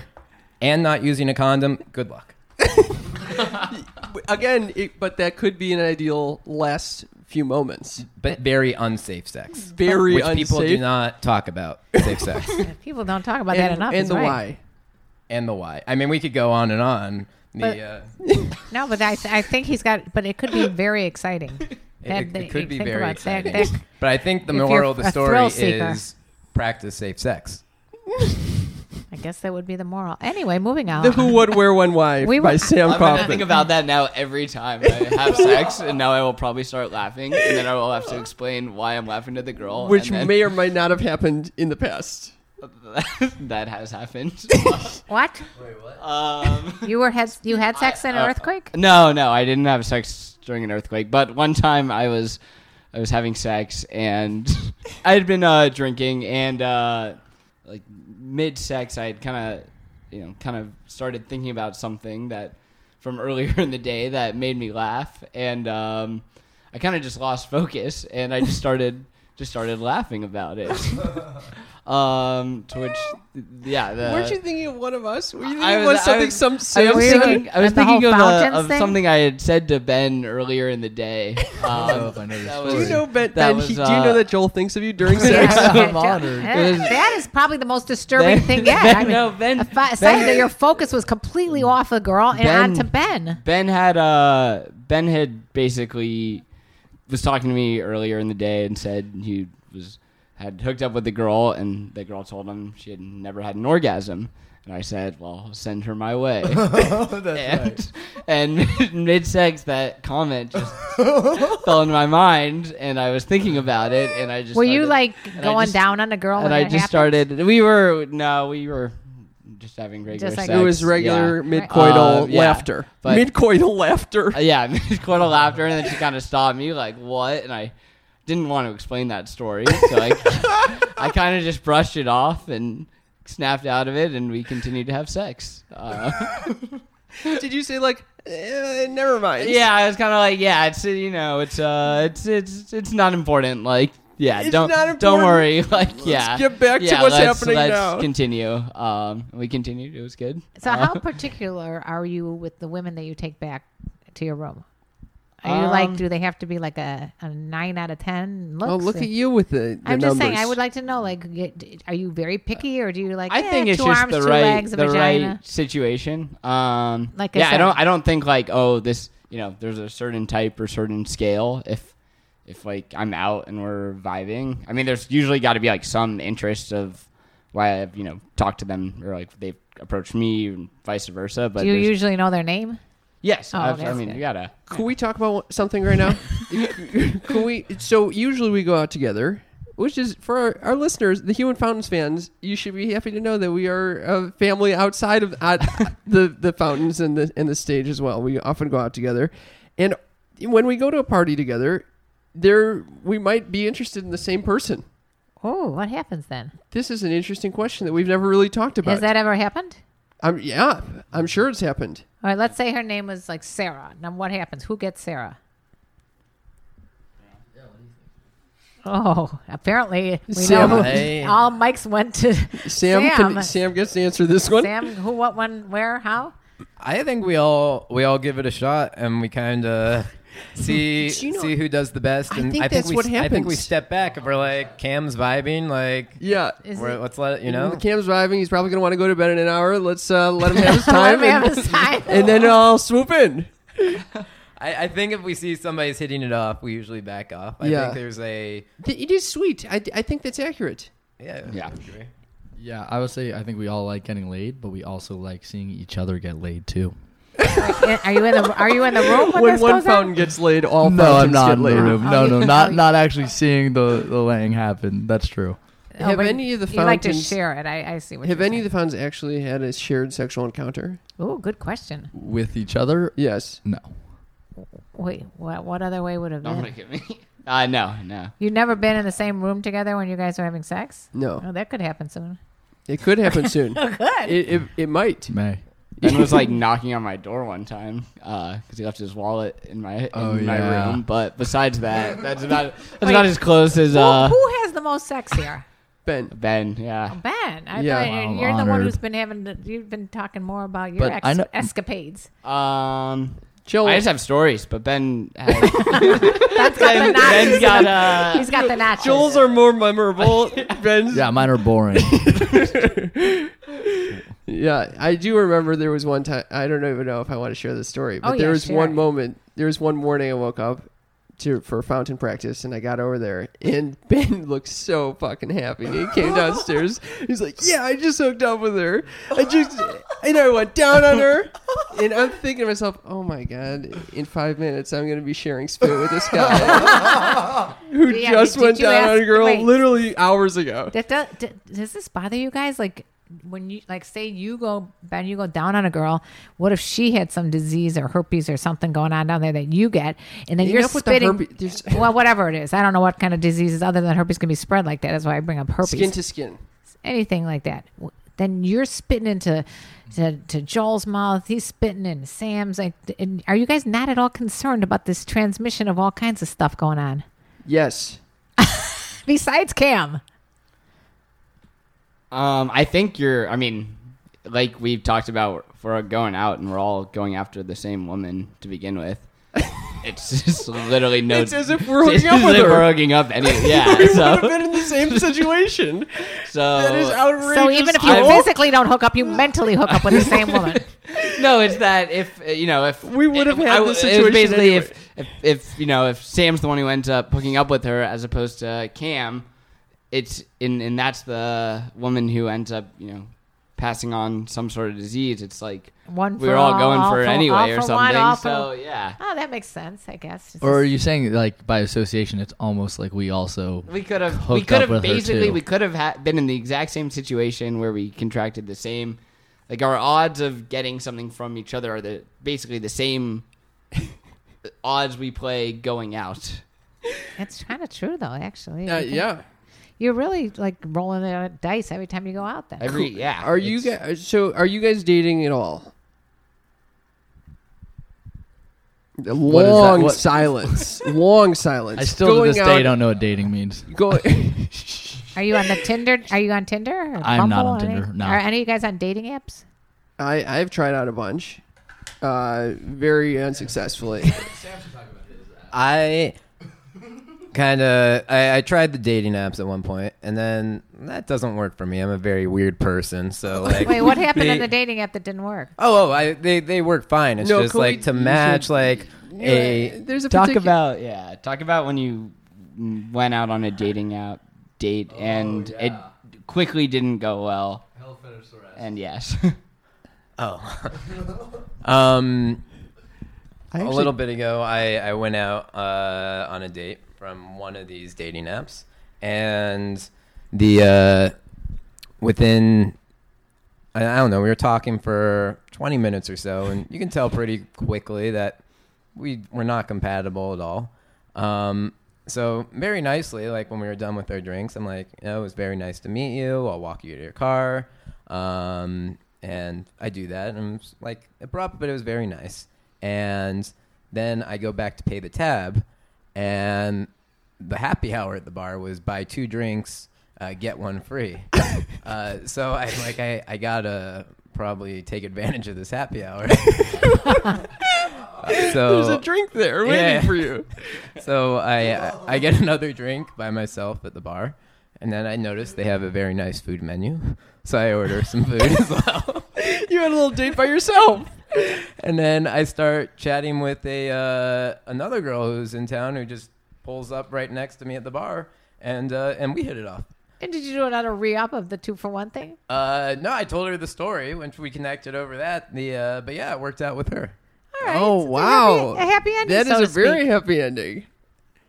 and not using a condom, good luck.
Again, it, but that could be an ideal last few moments.
But very unsafe sex.
Very
which
unsafe.
people do not talk about safe sex
People don't talk about that
and,
enough.
and
is
the
right.
why.
and the why. I mean, we could go on and on. The
But-
uh,
No, but I, I think he's got. But it could be very exciting. That-
it,
that-
it could be
think
very
about that-
exciting.
that-
but I think the
if you're
moral of the
a thrill
story
seeker.
is practice safe sex.
I guess that would be the moral. Anyway, moving on.
The Who, What, Where, When, Why
We
by
were-
Sam
I'm gonna think
Kaufman.
about that now every time I have sex, and now I will probably start laughing, and then I will have to explain why I'm laughing to the girl,
Which
and then-
may or might not have happened in the past.
that has happened.
what?
um,
You were had you had sex
uh,
in an earthquake?
no, no, I didn't have sex during an earthquake, but one time I was I was having sex and I had been uh, drinking and uh, like mid sex I had kind of you know kind of started thinking about something that from earlier in the day that made me laugh and um, I kind of just lost focus and I just started just started laughing about it. Um, to which, yeah, the,
Weren't you thinking of one of us? Were you thinking
I
of
was-
something
I was-
some
I
Sam
was
Sam-
thinking, I was
and the
thinking
whole
of, a,
fountains
of
thing?
something I had said to Ben earlier in the
I
day.
don't know
Um,
if I know
Do
this
that
you
was-
story.
know Ben?
That
ben
was,
he, do you know
uh,
that Joel thinks of you during
Yeah,
sex?
yeah,
I'm
yeah.
honored.
Yeah, That is probably the most disturbing
Ben-
thing yet.
Ben-
I mean,
no, Ben-
a fi-
Ben-
sign that your focus was completely off the girl and
Ben-
on to Ben.
Ben had uh Ben had basically was talking to me earlier in the day and said he was had hooked up with the girl and the girl told him she had never had an orgasm and I said, "Well, send her my way." and and mid sex, that comment just fell into my mind, and I was thinking about it, and I just
Were you
started-
like
and I
going
just-
down on a girl?
And
when
I
Oh, that
just
happened?
started. We were no, we were just having regular
Just like-
sex.
It was
yeah.
regular
Uh,
midcoital
yeah.
laughter.
But-
midcoital laughter.
Uh, yeah, Quintal laughter, and then she kind of stopped me, like, "What?" And I didn't want to explain that story, so I, I kind of just brushed it off and snapped out of it, and we continued to have sex. Uh,
Did you say like, eh, never mind?
yeah, I was kind of like, "Yeah, it's uh, you know, it's uh, it's it's it's not important." Like, yeah,
It's
don't
not
don't
important.
worry. Like, yeah,
get back to
yeah,
what's
let's-
happening
let's
now.
Continue. Um, we continued. It was good.
So,
Uh,
how particular are you with the women that you take back to your room? Are you
Um,
like, do they have to be like a, a nine out of ten? Looks?
Oh, look at you with the, the
I'm just saying, I
numbers.
would like to know, like, get- are you very picky, or do you like?
I
eh,
think it's
two
just
arms,
the
two
right
legs, a
the
vagina.
right situation. Um,
Like I
yeah, I,
said-
don't I don't think like oh this you know there's a certain type or certain scale if if like I'm out and we're vibing. I mean, there's usually got to be like some interest of why I've you know talked to them or like they've approached me and vice versa. But
do you
there's-
usually know their name?
yes,
Oh,
I've- I
that's
mean
good.
you gotta
Can we talk about something right now? Can we? So usually we go out together, which is for our, our listeners, the Human Fountains fans. You should be happy to know that we are a family outside of out, the the fountains and the and the stage as well. We often go out together, and when we go to a party together, there we might be interested in the same person.
Oh, what happens then?
This is an interesting question that we've never really talked about.
Has that ever happened?
I'm, yeah, I'm sure it's happened.
All right, let's say her name was like Sarah. Now, what happens? Who gets Sarah? Oh, apparently we
Sam.
know
Hey.
who, all Mike's went to
Sam Sam, can, Sam gets to answer this one.
Sam, who, what, when, where, how?
I think we all we all give it a shot and we kind of see
Do you know-
see who does the best.
I
And
think that's
we,
what
I think we
happens.
step back if we're like Cam's vibing, like
Yeah.
Is
we're,
it-
let's let it, you know.
Cam's driving. He's probably going to want to go to bed in an hour. Let's uh, let him have his
Let
time,
me have
and,
his time.
and then I'll swoop in.
I, I think if we see somebody's hitting it off, we usually back off. I
Yeah.
think there's a
It is sweet. I, I think that's accurate.
yeah
Yeah.
Yeah, I would say I think we all like getting laid, but we also like seeing each other get laid too.
Are you in the Are you in the room when,
When
this
one
goes
fountain
on?
gets laid, all
No,
fountains
I'm not
get
in the
laid.
room.
Oh,
No, no,
you-
not not actually seeing the the laying happen. That's true.
Oh,
Have
but
any of the
you like to
fountains-
share it? I, I see what
Have
you're
any of the fountains actually had a shared sexual encounter?
Oh, good question.
With each other,
Yes.
no.
Wait, what? What other way would have
don't
been?
look at me. Uh, no, no.
You've never been in the same room together when you guys are having sex?
No.
Oh, that could happen soon.
It could happen soon. it could. It, it, might.
May.
Ben was like knocking on my door one time because he left his wallet in my in
Oh,
my
yeah.
room. But besides that, that's about that's
Wait.
about as close as uh,
who, who has the most sex here?
Ben.
Ben. Yeah.
Ben, I
Yeah.
thought you're,
Wow,
you're the one
honored.
who's been having. The, you've been talking more about your
But
ex-
I know-
escapades.
Um,
Joel.
I just have stories, but Ben has,
That's got the notches.
Ben's got uh,
He's got the notches.
Joel's are more memorable. Ben's.
Yeah, mine are boring.
Yeah, I do remember there was one time. I don't even know if I want to share this story, but
Oh,
there
yeah,
was
share
one
it.
moment. There was one morning I woke up to for fountain practice, and I got over there, and Ben looked so fucking happy. He came downstairs. He's like, "Yeah, I just hooked up with her. I just and I went down on her." And I'm thinking to myself, "Oh my god! In five minutes, I'm going to be sharing spit with this guy who
Yeah,
just
did
went
you
down
ask-
on a girl
wait.
literally hours ago."
That does, d- does this bother you guys? Like when you like say you go Ben, you go down on a girl. What if she had some disease or herpes or something going on down there that you get, and then you're
Enough with the
spitting?
herpes- there's-
well, whatever it is, I don't know what kind of diseases other than herpes can be spread like that. That's why I bring up herpes.
Skin to skin.
anything like that. W- Then you're spitting into to, to Joel's mouth. He's spitting in Sam's. Like, and are you guys not at all concerned about this transmission of all kinds of stuff going on?
Yes.
Besides Cam,
Um, I think you're. I mean, like we've talked about, we're going out and we're all going after the same woman to begin with. It's just literally no.
It's as if we're
it's
hooking up
as
with
if
her.
We're hooking up. Any, yeah.
we would have
so,
been in the same situation.
so
That is outrageous.
So even if you
Joel.
physically don't hook up, you mentally hook up with the same woman.
No, it's that if uh, you know if
We would have
if-
had
I-
this
it was
situation
basically
anyway.
if, if if you know if Sam's the one who ends up hooking up with her as opposed to Cam, it's and and that's the woman who ends up you know passing on some sort of disease. It's like
One
we
for
were all,
all,
going
all
for it
for-
anyway
all
or
for one,
something.
all for-
so yeah,
Oh, that makes sense, I guess. It's
Or are
just-
you saying like by association, it's almost like we also
we could have we
Hooked
could
up
have
with her,
basically
too.
we could have ha- been in the exact same situation where we contracted the same. Like our odds of getting something from each other are the basically the same odds we play going out.
it's kind of true though, actually.
Uh,
You think-
yeah.
you're really like rolling the dice every time you go out. Then
Every yeah.
Are you
it's-
guys? So are you guys dating at all?
is that?
Long
What-
silence. Long silence.
I still to this
Going
day
out-
don't know what dating means.
Going,
are you on the Tinder? Are you on Tinder? Or
I'm not
Bumble
on
or any-
Tinder, no.
Are any of you guys on dating apps?
I I've tried out a bunch, uh, very unsuccessfully.
I kind of I, I tried the dating apps at one point, and then that doesn't work for me. I'm a very weird person, so like.
Wait, what happened in
they-
the dating app that didn't work?
Oh, oh, I, they they work fine. It's
No,
just
can
like
we-
to
you
match
should-
like
Yeah,
a
there's a
talk
particu-
about yeah? Talk about when you mm, went out on a dating app date
Oh,
and it quickly didn't go well. And yes,
oh. um,
I
a
actually-
little bit ago, I I went out uh, on a date from one of these dating apps, and the uh, within I, I don't know, we were talking for twenty minutes or so, and you can tell pretty quickly that we were not compatible at all. Um, so very nicely, like when we were done with our drinks, I'm like, you know, it was very nice to meet you. I'll walk you to your car. Um, and I do that, and it's like abrupt, but it was very nice. And then I go back to pay the tab, and the happy hour at the bar was buy two drinks, uh, get one free. uh, so I like I, I gotta probably take advantage of this happy hour. so
There's a drink there waiting
Yeah.
for you.
so I I get another drink by myself at the bar, and then I notice they have a very nice food menu, so I order some food as well.
You had a little date by yourself.
And then I start chatting with a uh, another girl who's in town who just pulls up right next to me at the bar, and uh, and we hit it off.
And did you do another re up of the two for one thing?
Uh, no, I told her the story when we connected over that. The uh, but yeah, it worked out with her.
All right,
oh
so it's
wow!
a happy, a happy ending.
That is
so to
a very
speak.
happy ending.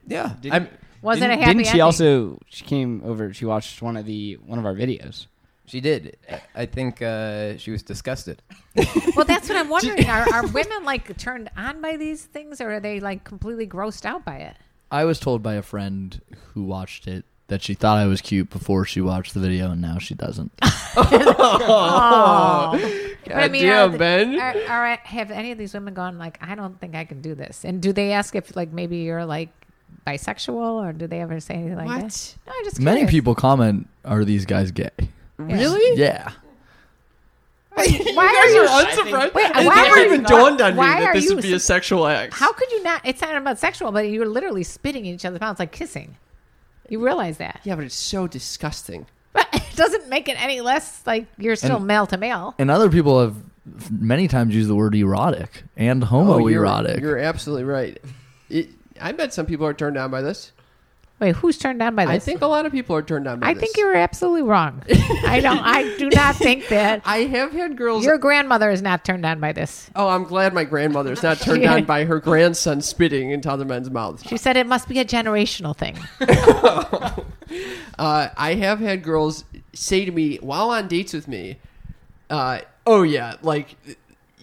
Yeah,
Did-
I'm-
was it a
didn't,
happy
didn't she
ending?
also she came over? She watched one of the one of our videos.
she did. I think uh, she was disgusted.
Well, that's what I'm wondering. Are, are women like turned on by these things, or are they like completely grossed out by it?
I was told by a friend who watched it that she thought I was cute before she watched the video, and now she doesn't.
But I mean,
damn,
are,
Ben.
Are, are- have any of these women gone like, I don't think I can do this? And do they ask if like maybe you're like bisexual, or do they ever say anything like that? No, I'm just
Many
curious.
people comment, "Are these guys gay?"
Yeah.
Really?
Yeah,
Why are you?
Unsurprised.
Wait,
It
why
never
are
even
you-
dawned on me
why
that
are
this
you
would be a
s-
sexual act.
How could you not? It's not about sexual, but you're literally spitting in each other's mouths like kissing. You realize that?
Yeah, but it's so disgusting.
But it doesn't make it any less like you're still
And-
male to male.
and other people have many times used the word erotic and homoerotic.
Oh, You're, you're absolutely right. It, I bet some people are turned on by this.
Wait, who's turned on by this?
I think a lot of people are turned on by
I
this.
think you're absolutely wrong. I don't. I do not think that
I have had girls.
your grandmother is not turned on by this.
oh, I'm glad my grandmother's not turned
Yeah.
on by her grandson spitting into other men's mouths.
She said it must be a generational thing.
Uh, I have had girls say to me while on dates with me, uh, "Oh yeah, like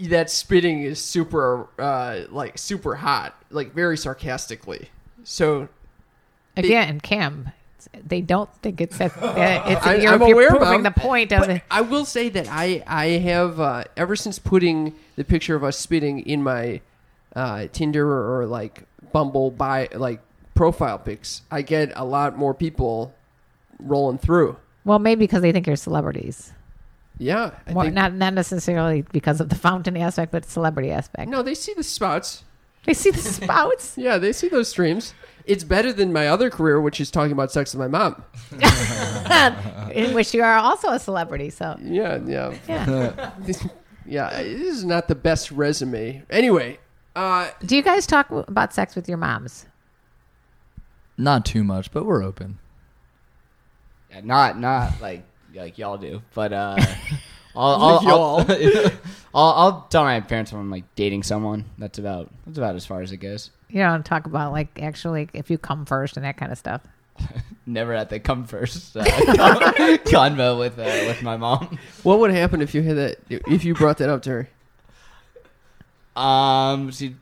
that spitting is super, uh, like super hot, like very sarcastically." So
Again, Cam, they don't think it's that. that It's
I-
you're,
I'm
you're
aware of
proving
them,
the point of
but
it.
I will say that I I have uh, ever since putting the picture of us spitting in my uh, Tinder or, like Bumble by like profile pics, I get a lot more people rolling through.
Well, maybe because they think you're celebrities.
Yeah, I
Well,
think-
not not necessarily because of the fountain aspect, but celebrity aspect.
no, they see the spouts.
They see the spouts.
Yeah, they see those streams. It's better than my other career, which is talking about sex with my mom.
in which you are also a celebrity. So
Yeah, yeah,
yeah.
yeah. This is not the best resume. Anyway, uh,
Do you guys talk about sex with your moms?
Not too much, but we're open.
Yeah, not not like like y'all do, but uh, I'll I'll, I'll, I'll I'll tell my parents when I'm like dating someone. That's about that's about as far as it goes.
You don't talk about like actually if you come first and that kind of stuff.
Never at the come first uh, con- convo with uh, with my mom.
what would happen if you had that? If you brought that up to her?
Um, she'd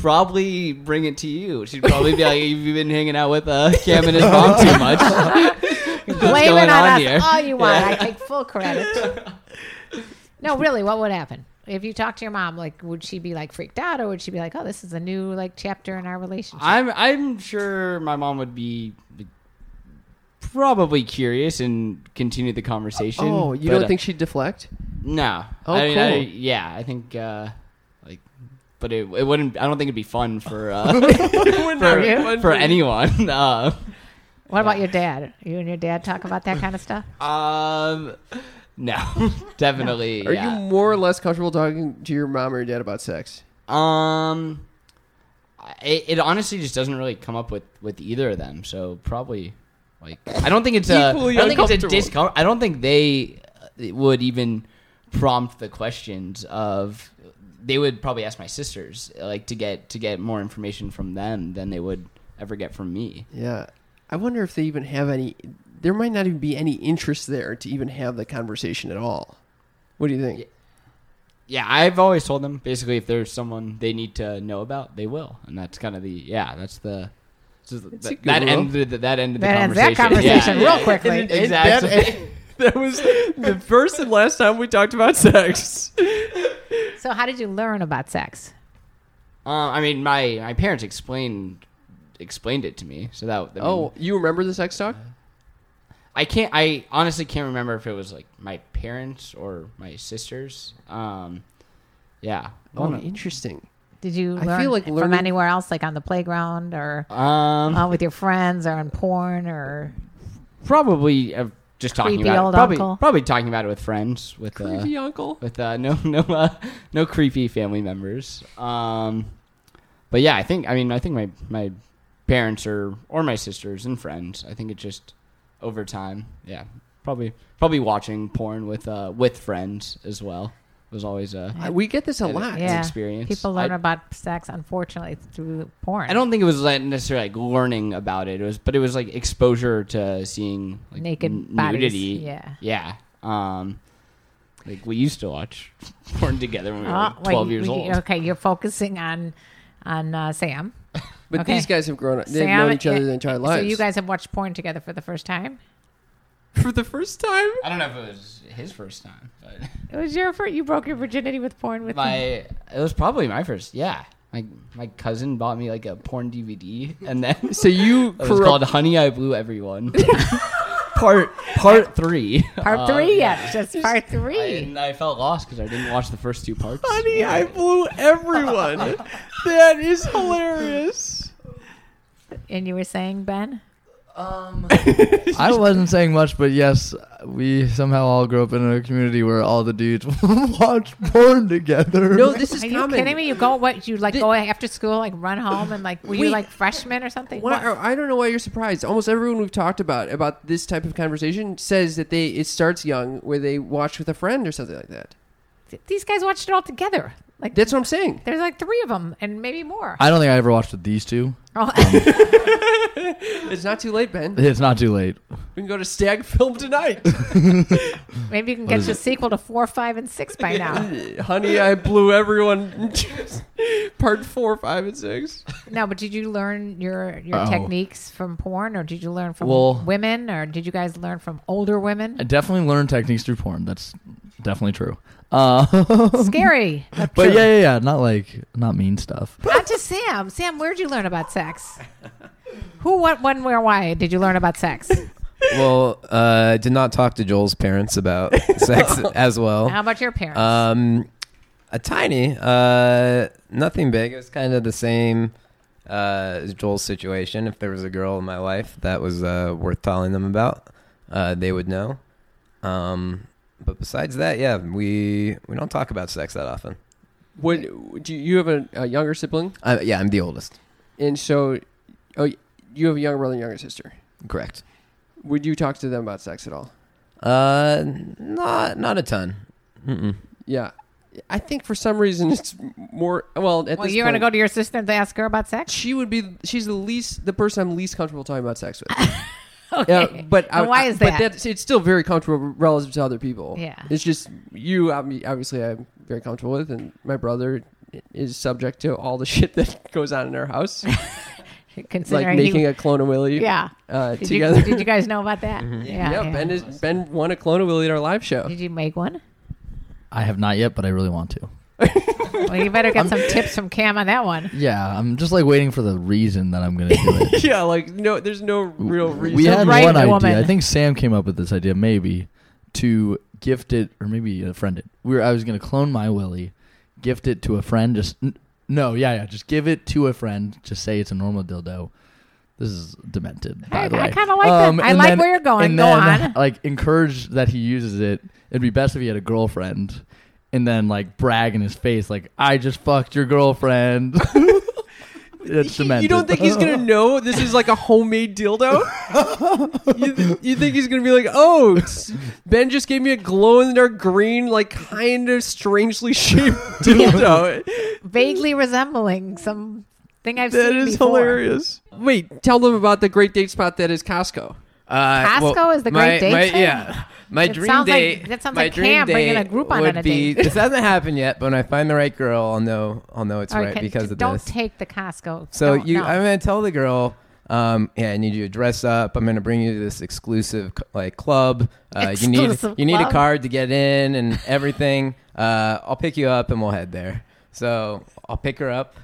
probably bring it to you. She'd probably be like, "You've been hanging out with uh, Cam and his mom too much." What's
Blame it
going
on, us
here?
all you want. I take full credit. no, really, what would happen if you talked to your mom? Like, would she be like freaked out, or would she be like, "Oh, this is a new like chapter in our relationship"?
I'm I'm sure my mom would be probably curious and continue the conversation.
Oh, you
but,
don't
uh,
think she'd deflect?
No.
Oh,
I mean, I-
cool.
yeah, I think uh, like, but it, it wouldn't. I don't think it'd be fun for uh, for, for anyone.
what
Uh,
about your dad? You and your dad talk about that kind of stuff.
um, no, definitely.
Are you
yeah.
more or less comfortable talking to your mom or your dad about sex?
Um, I- it, it honestly just doesn't really come up with with either of them. So probably, like, I don't think it's a. I
Equally
don't think it's a
uncomfortable.
discom- I don't think they uh, would even prompt the questions of. They would probably ask my sisters, like, to get to get more information from them than they would ever get from me.
Yeah, I wonder if they even have any. There might not even be any interest there to even have the conversation at all. What do you think?
Yeah, I've always told them basically if there's someone they need to know about, they will, and that's kind of the yeah, that's the. so
a
That,
good
that
rule.
ended the, that ended the
That ends that
conversation.
conversation
Yeah.
real quickly.
Exactly.
That was the first and last time we talked about sex.
So, how did you learn about sex?
Uh, I mean, my, my parents explained explained it to me, so that. I mean,
Oh, you remember the sex talk?
I can't. I honestly can't remember if it was like my parents or my sisters. Um, yeah.
Oh, interesting.
Did you
I
learn
feel like
from
learning-
anywhere else, like on the playground or
Um,
uh, with your friends or in porn or
probably uh, just talking
Creepy
about
old
it. Probably,
uncle.
probably talking about it with friends with uh,
Creepy uncle.
with uh, no no uh, no creepy family members. Um, but yeah, I think I mean I think my my parents or or my sisters and friends. I think it just over time. Yeah, probably probably watching porn with uh, with friends as well was always uh, a
I- we get this a lot.
yeah.
experience.
People learn
I-
about sex, unfortunately, through porn.
I don't think it was like necessarily like learning about it. It was, but it was like exposure to seeing like
Naked
n-
bodies,
nudity.
yeah.
yeah. Um, like we used to watch porn together when we were
Oh,
like
wait,
twelve years
we-
old.
Okay, you're focusing on on uh, Sam.
But
Okay.
these guys have grown up. They've
Sam,
known each other
uh,
their entire lives.
So you guys have watched porn together for the first time.
for the first time.
I don't know if it was his first time, but
It was your first. You broke your virginity with porn with
my
me.
it was probably my first. Yeah, my my cousin bought me like a porn DVD, and then
So you
it was
grew up-
called "Honey, I Blew Everyone," part part three.
part three. yes, just part
I,
three.
and I felt lost because I didn't watch the first two parts.
Honey, I blew everyone. that is hilarious.
and you were saying Ben.
Um,
I wasn't saying much, but yes, we somehow all grew up in a community where all the dudes watch porn together.
No, this is
Are you
common.
kidding me? You go what? You like
Thi-
go after school, like run home, and like were
We-
you like freshman or something?
What,
What?
I, I don't know why you're surprised. Almost everyone we've talked about about this type of conversation says that they it starts young, where they watch with a friend or something like that.
These guys watched it all together. Like
That's what I'm saying.
there's like three of them, and maybe more.
I don't think I ever watched with these two.
Oh,
It's not too late, Ben.
It's not too late.
We can go to Stag Film tonight.
maybe you can get your sequel to four, five, and six by now.
Honey, I blew everyone. Part four, five, and six.
No, but did you learn your your
Oh.
techniques from porn, or did you learn from
Well-
women, or did you guys learn from older women?
I definitely learned techniques through porn. That's definitely true. Uh,
Scary.
but yeah, yeah, yeah, not like not mean stuff.
Not just Sam. Sam, where'd you learn about sex? Who, what, when, where, why did you learn about sex?
well, uh, did not talk to Joel's parents about sex as well.
How about your parents?
uh,
Um, a tiny, uh, nothing big. It was kind of the same uh, as Joel's situation. If there was a girl in my life that was uh, worth telling them about, uh, they would know. Um, but besides that, yeah, we we don't talk about sex that often.
What do you, you have a, a younger sibling?
Uh, yeah, I'm the oldest.
And so, oh, you have a younger brother and younger sister.
Correct.
Would you talk to them about sex at all?
Uh, not not a ton. Mm-mm.
Yeah, I think for some reason it's more well. At
well,
this
you're
point,
going to go to your sister and ask her about sex?
She would be. She's the least. The person I'm least comfortable talking about sex with.
Okay.
Yeah, but I,
And why is
I-
that?
But that's, it's still very comfortable relative to other people.
Yeah.
it's just you. I mean, obviously, I'm very comfortable with, and my brother is subject to all the shit that goes on in our house,
Considering
like making
he,
a clone of Willie.
Yeah.
uh,
did
together. Mm-hmm.
You, did you guys know about that? Yeah.
yeah,
yeah.
Ben is Ben won a clone of Willie at our live show.
Did you make one?
I have not yet, but I really want to.
Well, you better get some tips from Cam on that one.
Yeah, I'm just like waiting for the reason that I'm going to do it.
yeah, like no, there's no real reason.
we had
right
one idea.
woman.
I think Sam came up with this idea, maybe to gift it or maybe a friend it. We were, I was going to clone my Willy, gift it to a friend. Just n- no, yeah, yeah. Just give it to a friend. Just say it's a normal dildo. This is demented, by
I-
the way. Um,
I kinda like that. I
and
like where you're going.
And
Go
then,
on.
Like encourage that he uses it. It'd be best if he had a girlfriend, and then like brag in his face, like I just fucked your girlfriend. it's
He-
demented.
You don't think he's gonna know this is like a homemade dildo? you, th- you think he's gonna be like, oh, it's- Ben just gave me a glow in the dark green, like kind of strangely shaped dildo.
Vaguely resembling some thing I've
that
seen
is
before.
hilarious. Wait, tell them about the great date spot that is Costco.
Uh,
Costco
well,
is the
my-
great date
my-
thing?
Yeah, my
It
dream
sounds like-
date.
that sounds
my
like
dream
Cam bringing a
date
Groupon on
would
a
be-
date.
This hasn't happened yet, but when I find the right girl, I'll know. I'll know it's
All
right
can-
because of
don't
this.
take the Costco.
so
Don't-
you,
no.
I'm gonna tell the girl. Um, yeah, I need you to dress up. I'm gonna bring you to this exclusive like club. Uh, you need
Exclusive
you need a
club?
card to get in and everything. uh, I'll pick you up and we'll head there. So I'll pick her up.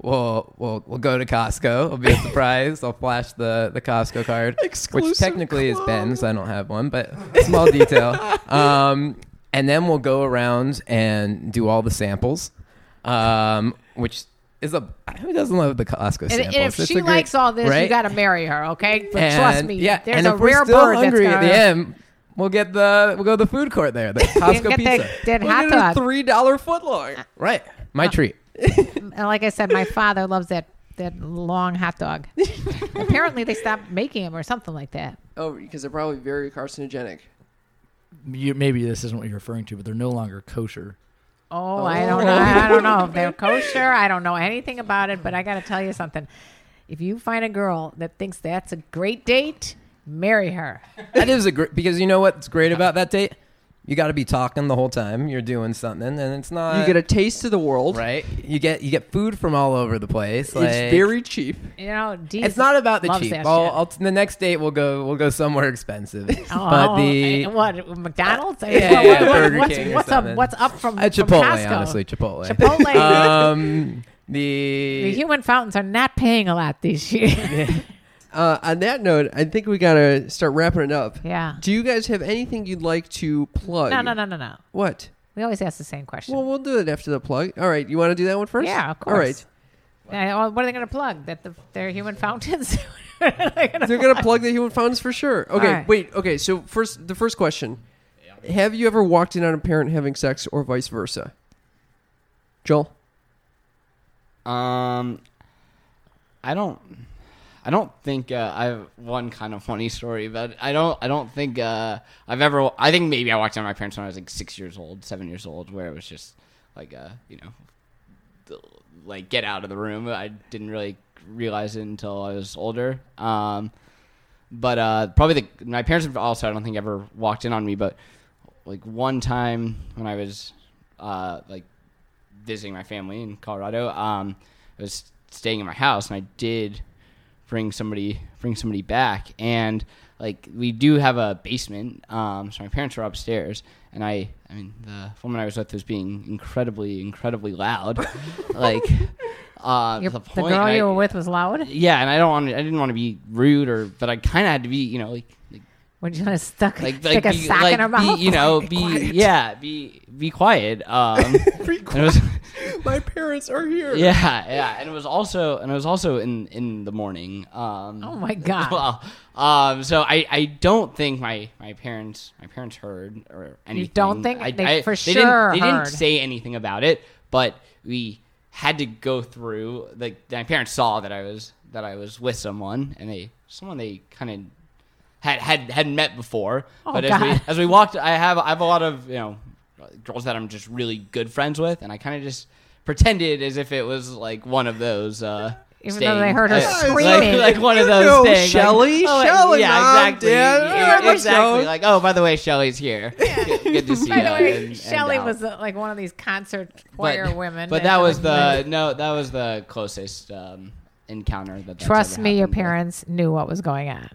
We'll we'll we'll go to Costco. It'll be a surprise. I'll flash the the Costco card,
Exclusive
which technically is
club.
Ben's. I don't have one, but small detail. Um, and then we'll go around and do all the samples, um, which is a who doesn't love the Costco
And-
samples?
and if
It's
she
a great-
likes all this, you
right?
got to marry her, okay? But
And-
trust me,
Yeah,
there's
and
a
if we're
rare
still
bird
hungry
that's
at
gonna,
the end. We'll get the we'll go to the food court there, the
get
Costco
the-
pizza.
that
Look
hot
at her
dog.
three dollar footlong.
Right, my treat.
And like I said, my father loves that that long hot dog. Apparently, they stopped making them or something like that.
Oh, because they're probably very carcinogenic.
you, maybe this isn't what you're referring to, but they're no longer kosher.
Oh, I don't know. I don't know if they're kosher. I don't know anything about it, but I got to tell you something. If you find a girl that thinks that's a great date, marry her.
That is a great because you know what's great about that date? You got to be talking the whole time. You're doing something, and it's not
You get a taste of the world.
right. You get you get food from all over the place.
It's
like-
very cheap.
You know, Dee's
It's not about the
loves
cheap. Oh,
that
I'll,
shit.
I'll, the next date we'll go we'll go somewhere expensive.
Oh,
but the
and what McDonald's?
Yeah,
What-
yeah,
what-
Burger
what's,
King or
what's up?
something.
What's up from,
uh,
from
Chipotle,
Costco?
honestly, Chipotle.
Chipotle.
um,
the
the
human fountains are not paying a lot this year.
Uh, on that note, I think we gotta start wrapping it up.
yeah.
Do you guys have anything you'd like to plug?
No, no, no, no, no.
What?
We always ask the same question.
Well, we'll do it after the plug. All right, you want to do that one first?
Yeah, of
All right,
course. Uh, oh, what are they going to plug? That the, they're human fountains? What are they gonna
they're gonna plug the human fountains for sure. Okay,
All right.
wait. Okay, so first, the first question: Have you ever walked in on a parent having sex, or vice versa? Joel,
Um, I don't. I don't think uh, I have one kind of funny story, but I don't. I don't think uh, I've ever. I think maybe I walked on my parents when I was like six years old, seven years old, where it was just like uh, you know, the- like get out of the room. I didn't really realize it until I was older. Um, but uh, probably the my parents have also I don't think ever walked in on me, but like one time when I was uh, like visiting my family in Colorado, um, I was staying in my house, and I did bring somebody bring somebody back, and like we do have a basement, um, so my parents were upstairs, and I, I mean, the woman I was with was being incredibly, incredibly loud, like. Uh,
Your,
to
the,
the, point
girl
I-
you were with was loud.
yeah, and I don't want to, I didn't want to be rude or, but I kind of had to be, you know, like, like
Would you want to stuck
like, like,
stick a
be,
sock
like
in her
be-
mouth?
you know, be yeah, be be quiet. Um, and it was-
My parents are here.
yeah, yeah, and it was also and it was also in in the morning. Um,
Oh my God.
Well, um, so I I don't think my my parents my parents heard or anything.
don't think?
I,
They
I-
for
didn't-
sure
they
heard.
didn't say anything about it, but we had to go through. Like my parents saw that I was that I was with someone, and they someone they kind of had had had met before. but
Oh,
as
God.
we as we walked, I have I have a lot of you know girls that I'm just really good friends with, and I kind of just pretended as if it was like one of those. Uh,
Even though
staying-
they heard her
uh,
screaming.
like, like one of
You
those
know
things.
Shelley,
like,
Shelley,
yeah,
Mom,
exactly,
Dad,
yeah,
remember
exactly.
Shelley.
Like, oh, by the way, Shelley's here. Good, good to see
By
you.
the way,
and- and
Shelly
Al.
was uh, like one of these concert
But-
choir women.
But that was the
like,
no, that was the closest um, encounter that. That's
Trust
ever
me, your
happened with-
parents knew what was going on.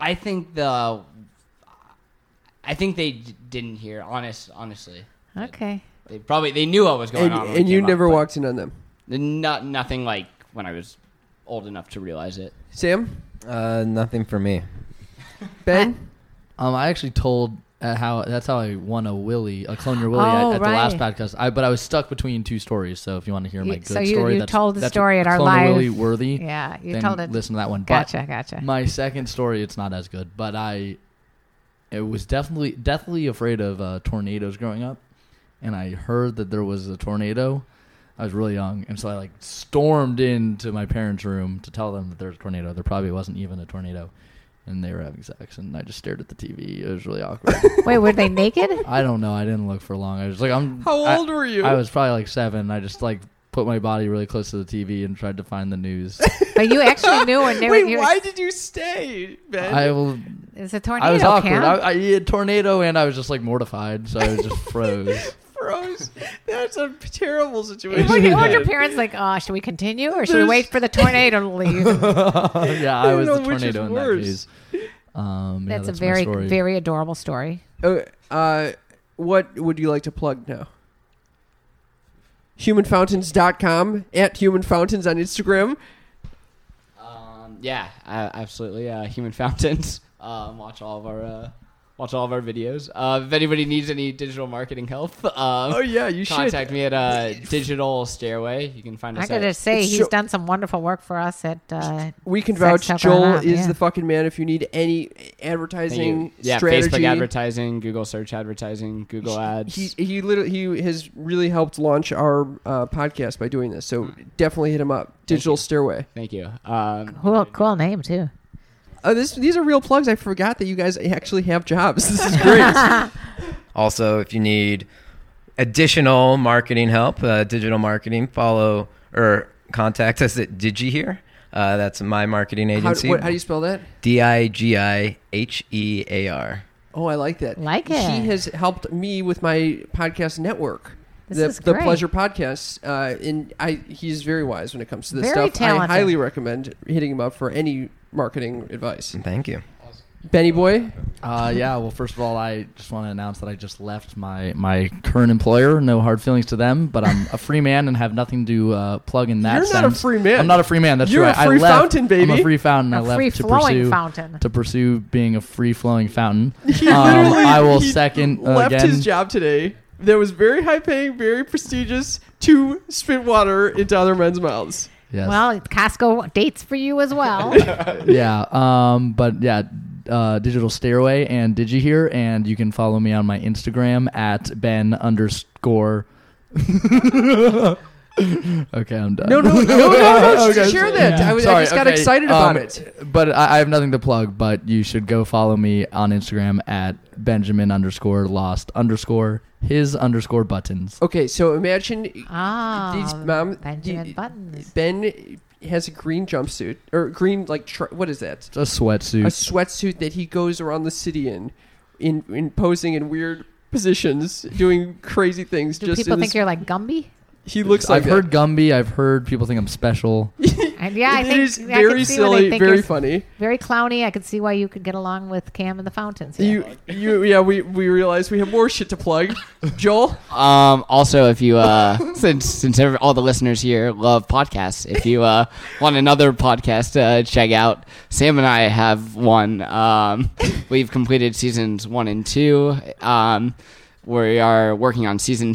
I think the. I think they d- didn't hear. Honest, honestly,
Okay.
they probably they knew what was going
And,
on. when
and
we
you
came up,
never
but
walked in on them.
Not nothing like when I was old enough to realize it.
Sam,
Uh, nothing for me.
Ben,
Um, I actually told uh, how that's how I won a Willie, a clone your Willie
Oh,
at, at the last
right.
podcast. I but I was stuck between two stories. So if you want to hear
You-
my good
so you-
story,
you
that's,
told the
that's
story at our
clone your
live-
Willie worthy.
Yeah, you
then
told it.
Listen to that one. But
Gotcha, gotcha.
my second story, it's not as good, but I, it was definitely deathly afraid of uh, tornadoes growing up, and I heard that there was a tornado. I was really young, and so I like stormed into my parents' room to tell them that there was a tornado. There probably wasn't even a tornado, and they were having sex, and I just stared at the TV. It was really awkward.
Wait, were they naked?
I don't know. I didn't look for long. I was like, I'm.
how
I-
old were you?
I was probably like seven. I just like put my body really close to the TV and tried to find the news.
But you actually knew when they were.
Wait,
you
why did you stay, Ben?
I will
It's a tornado.
I was awkward.
Cam.
I, I yeah, tornado, and I was just like mortified, so I was just froze.
froze. That's a terrible situation.
Were you- weren't your parents like, oh, should we continue or should we wait for the tornado to leave?
yeah, I,
don't
was the
know which is
tornado in that
worse.
case. Um, yeah,
that's, a
my
very,
story.
very adorable story.
Uh, uh, what would you like to plug now? Humanfountains.com at humanfountains on Instagram.
Um, yeah, a- absolutely. Uh, Human Fountains. Um, watch all of our uh, watch all of our videos. Uh, if anybody needs any digital marketing help, um,
Oh yeah, you
contact
should.
me at uh, Digital Stairway. You can find
I
us.
got to
at,
say,
It's
he's
so-
done some wonderful work for us at. Uh,
We can
Sex
vouch.
stuff
Joel
going on,
is
yeah.
the fucking man. If you need any
Thank you.
advertising
Yeah,
strategy,
Facebook advertising, Google search advertising, Google ads.
he he literally he has really helped launch our uh, podcast by doing this. So definitely hit him up. Digital
you.
Stairway.
Thank you. Um,
cool, cool name too.
Oh, this these are real plugs. I forgot that you guys actually have jobs. This is great.
Also, if you need additional marketing help, uh, digital marketing, follow or contact us at DigiHere. Uh, that's my marketing
how,
agency.
what, how do you spell that?
D I G I H E A R.
Oh, I like that.
Like it.
He has helped me with my podcast network.
This
the,
is
the
great.
Pleasure Podcast, uh, and I he's very wise when it comes to this
Very
stuff.
talented.
I highly recommend hitting him up for any marketing advice.
Thank you.
Benny Boy,
Uh, yeah, well, first of all, I just want to announce that I just left my my current employer. No hard feelings to them, but I'm a free man and have nothing to uh, plug in that.
You're not a
sense.
free man.
I'm not a free man. That's
You're
right.
a free
I left,
fountain, baby.
I'm a free fountain. I
A
left
free
to
flowing
pursue
fountain.
to pursue being a free flowing fountain.
he
Um,
literally
I will
he
second uh,
left
again.
his job today. That was very high paying, very prestigious to spit water into other men's mouths.
Yes.
Well, Costco dates for you as well. All
yeah. Um, but yeah, uh, Digital Stairway and DigiHear, and you can follow me on my Instagram at Ben underscore. okay, I'm done.
No, no, no, no, no, no share that. I, was, I
Sorry,
just got
okay,
excited about
um,
it.
But I, I have nothing to plug. But you should go follow me on Instagram at Benjamin underscore Lost underscore His underscore Buttons.
Okay, so imagine
Ah,
These- mom,
Benjamin
y-
Buttons.
Ben has a green jumpsuit or green like tr- what is that?
It's a sweatsuit.
A sweatsuit that he goes around the city in, in, in posing in weird positions, doing crazy things.
Do
just
people
in
think
this,
you're like Gumby?
he looks like
I've heard Gumby. I've heard people think I'm special.
And yeah, I
It
think
is
I can
very
see where they
silly,
think
very
you're-
funny.
very clowny. I could see why you could get along with Cam and the Fountains. Yeah.
You, you, yeah. We we realize we have more shit to plug. Joel,
Um, also, if you uh, since since every, all the listeners here love podcasts, if you uh, want another podcast to check out, Sam and I have one. Um, we've completed seasons one and two. Um, we are working on season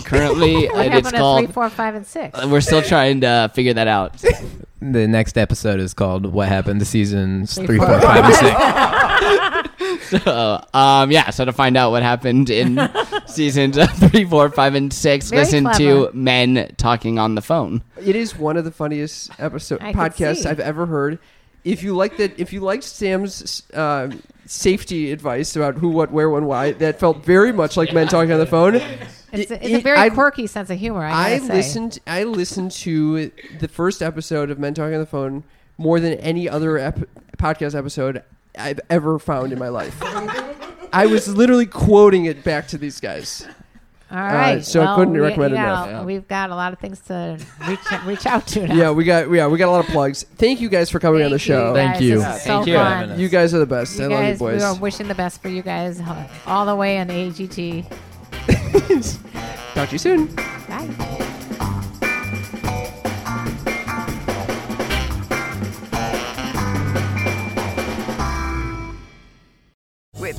currently,
what
and
happened
it's
to three,
called.
four, five, and six?
We're still trying to figure that out.
The next episode is called "What Happened to Seasons Three, Four, Five, and Six.
So, um, yeah, so to find out what happened in seasons uh, three, four, five, and six,
Very
listen
clever.
to men talking on the phone.
it is one of the funniest episode
I could
podcasts
see.
I've ever heard. If you like that, if you liked Sam's uh, safety advice about who, what, where, when, why, that felt very much like men talking on the phone.
It's a, it's a
It-
very
I've-
quirky sense of humor. I,
I
gotta say.
listened. I listened to the first episode of Men Talking on the Phone more than any other ep- podcast episode I've ever found in my life. I was literally quoting it back to these guys.
All right,
uh, so I
well,
couldn't
we-
recommend
you
it
know,
enough, yeah.
We've got a lot of things to reach, reach out to now.
Yeah, we got. Yeah, we got a lot of plugs. Thank you guys for coming
Thank
on the show.
You
Thank
guys.
you.
This is so
Thank you.
fun.
Having us.
You guys are the best.
You
I
guys,
love you
we are
boys.
wishing the best for you guys huh, all the way on AGT.
Talk to you soon.
Bye.
With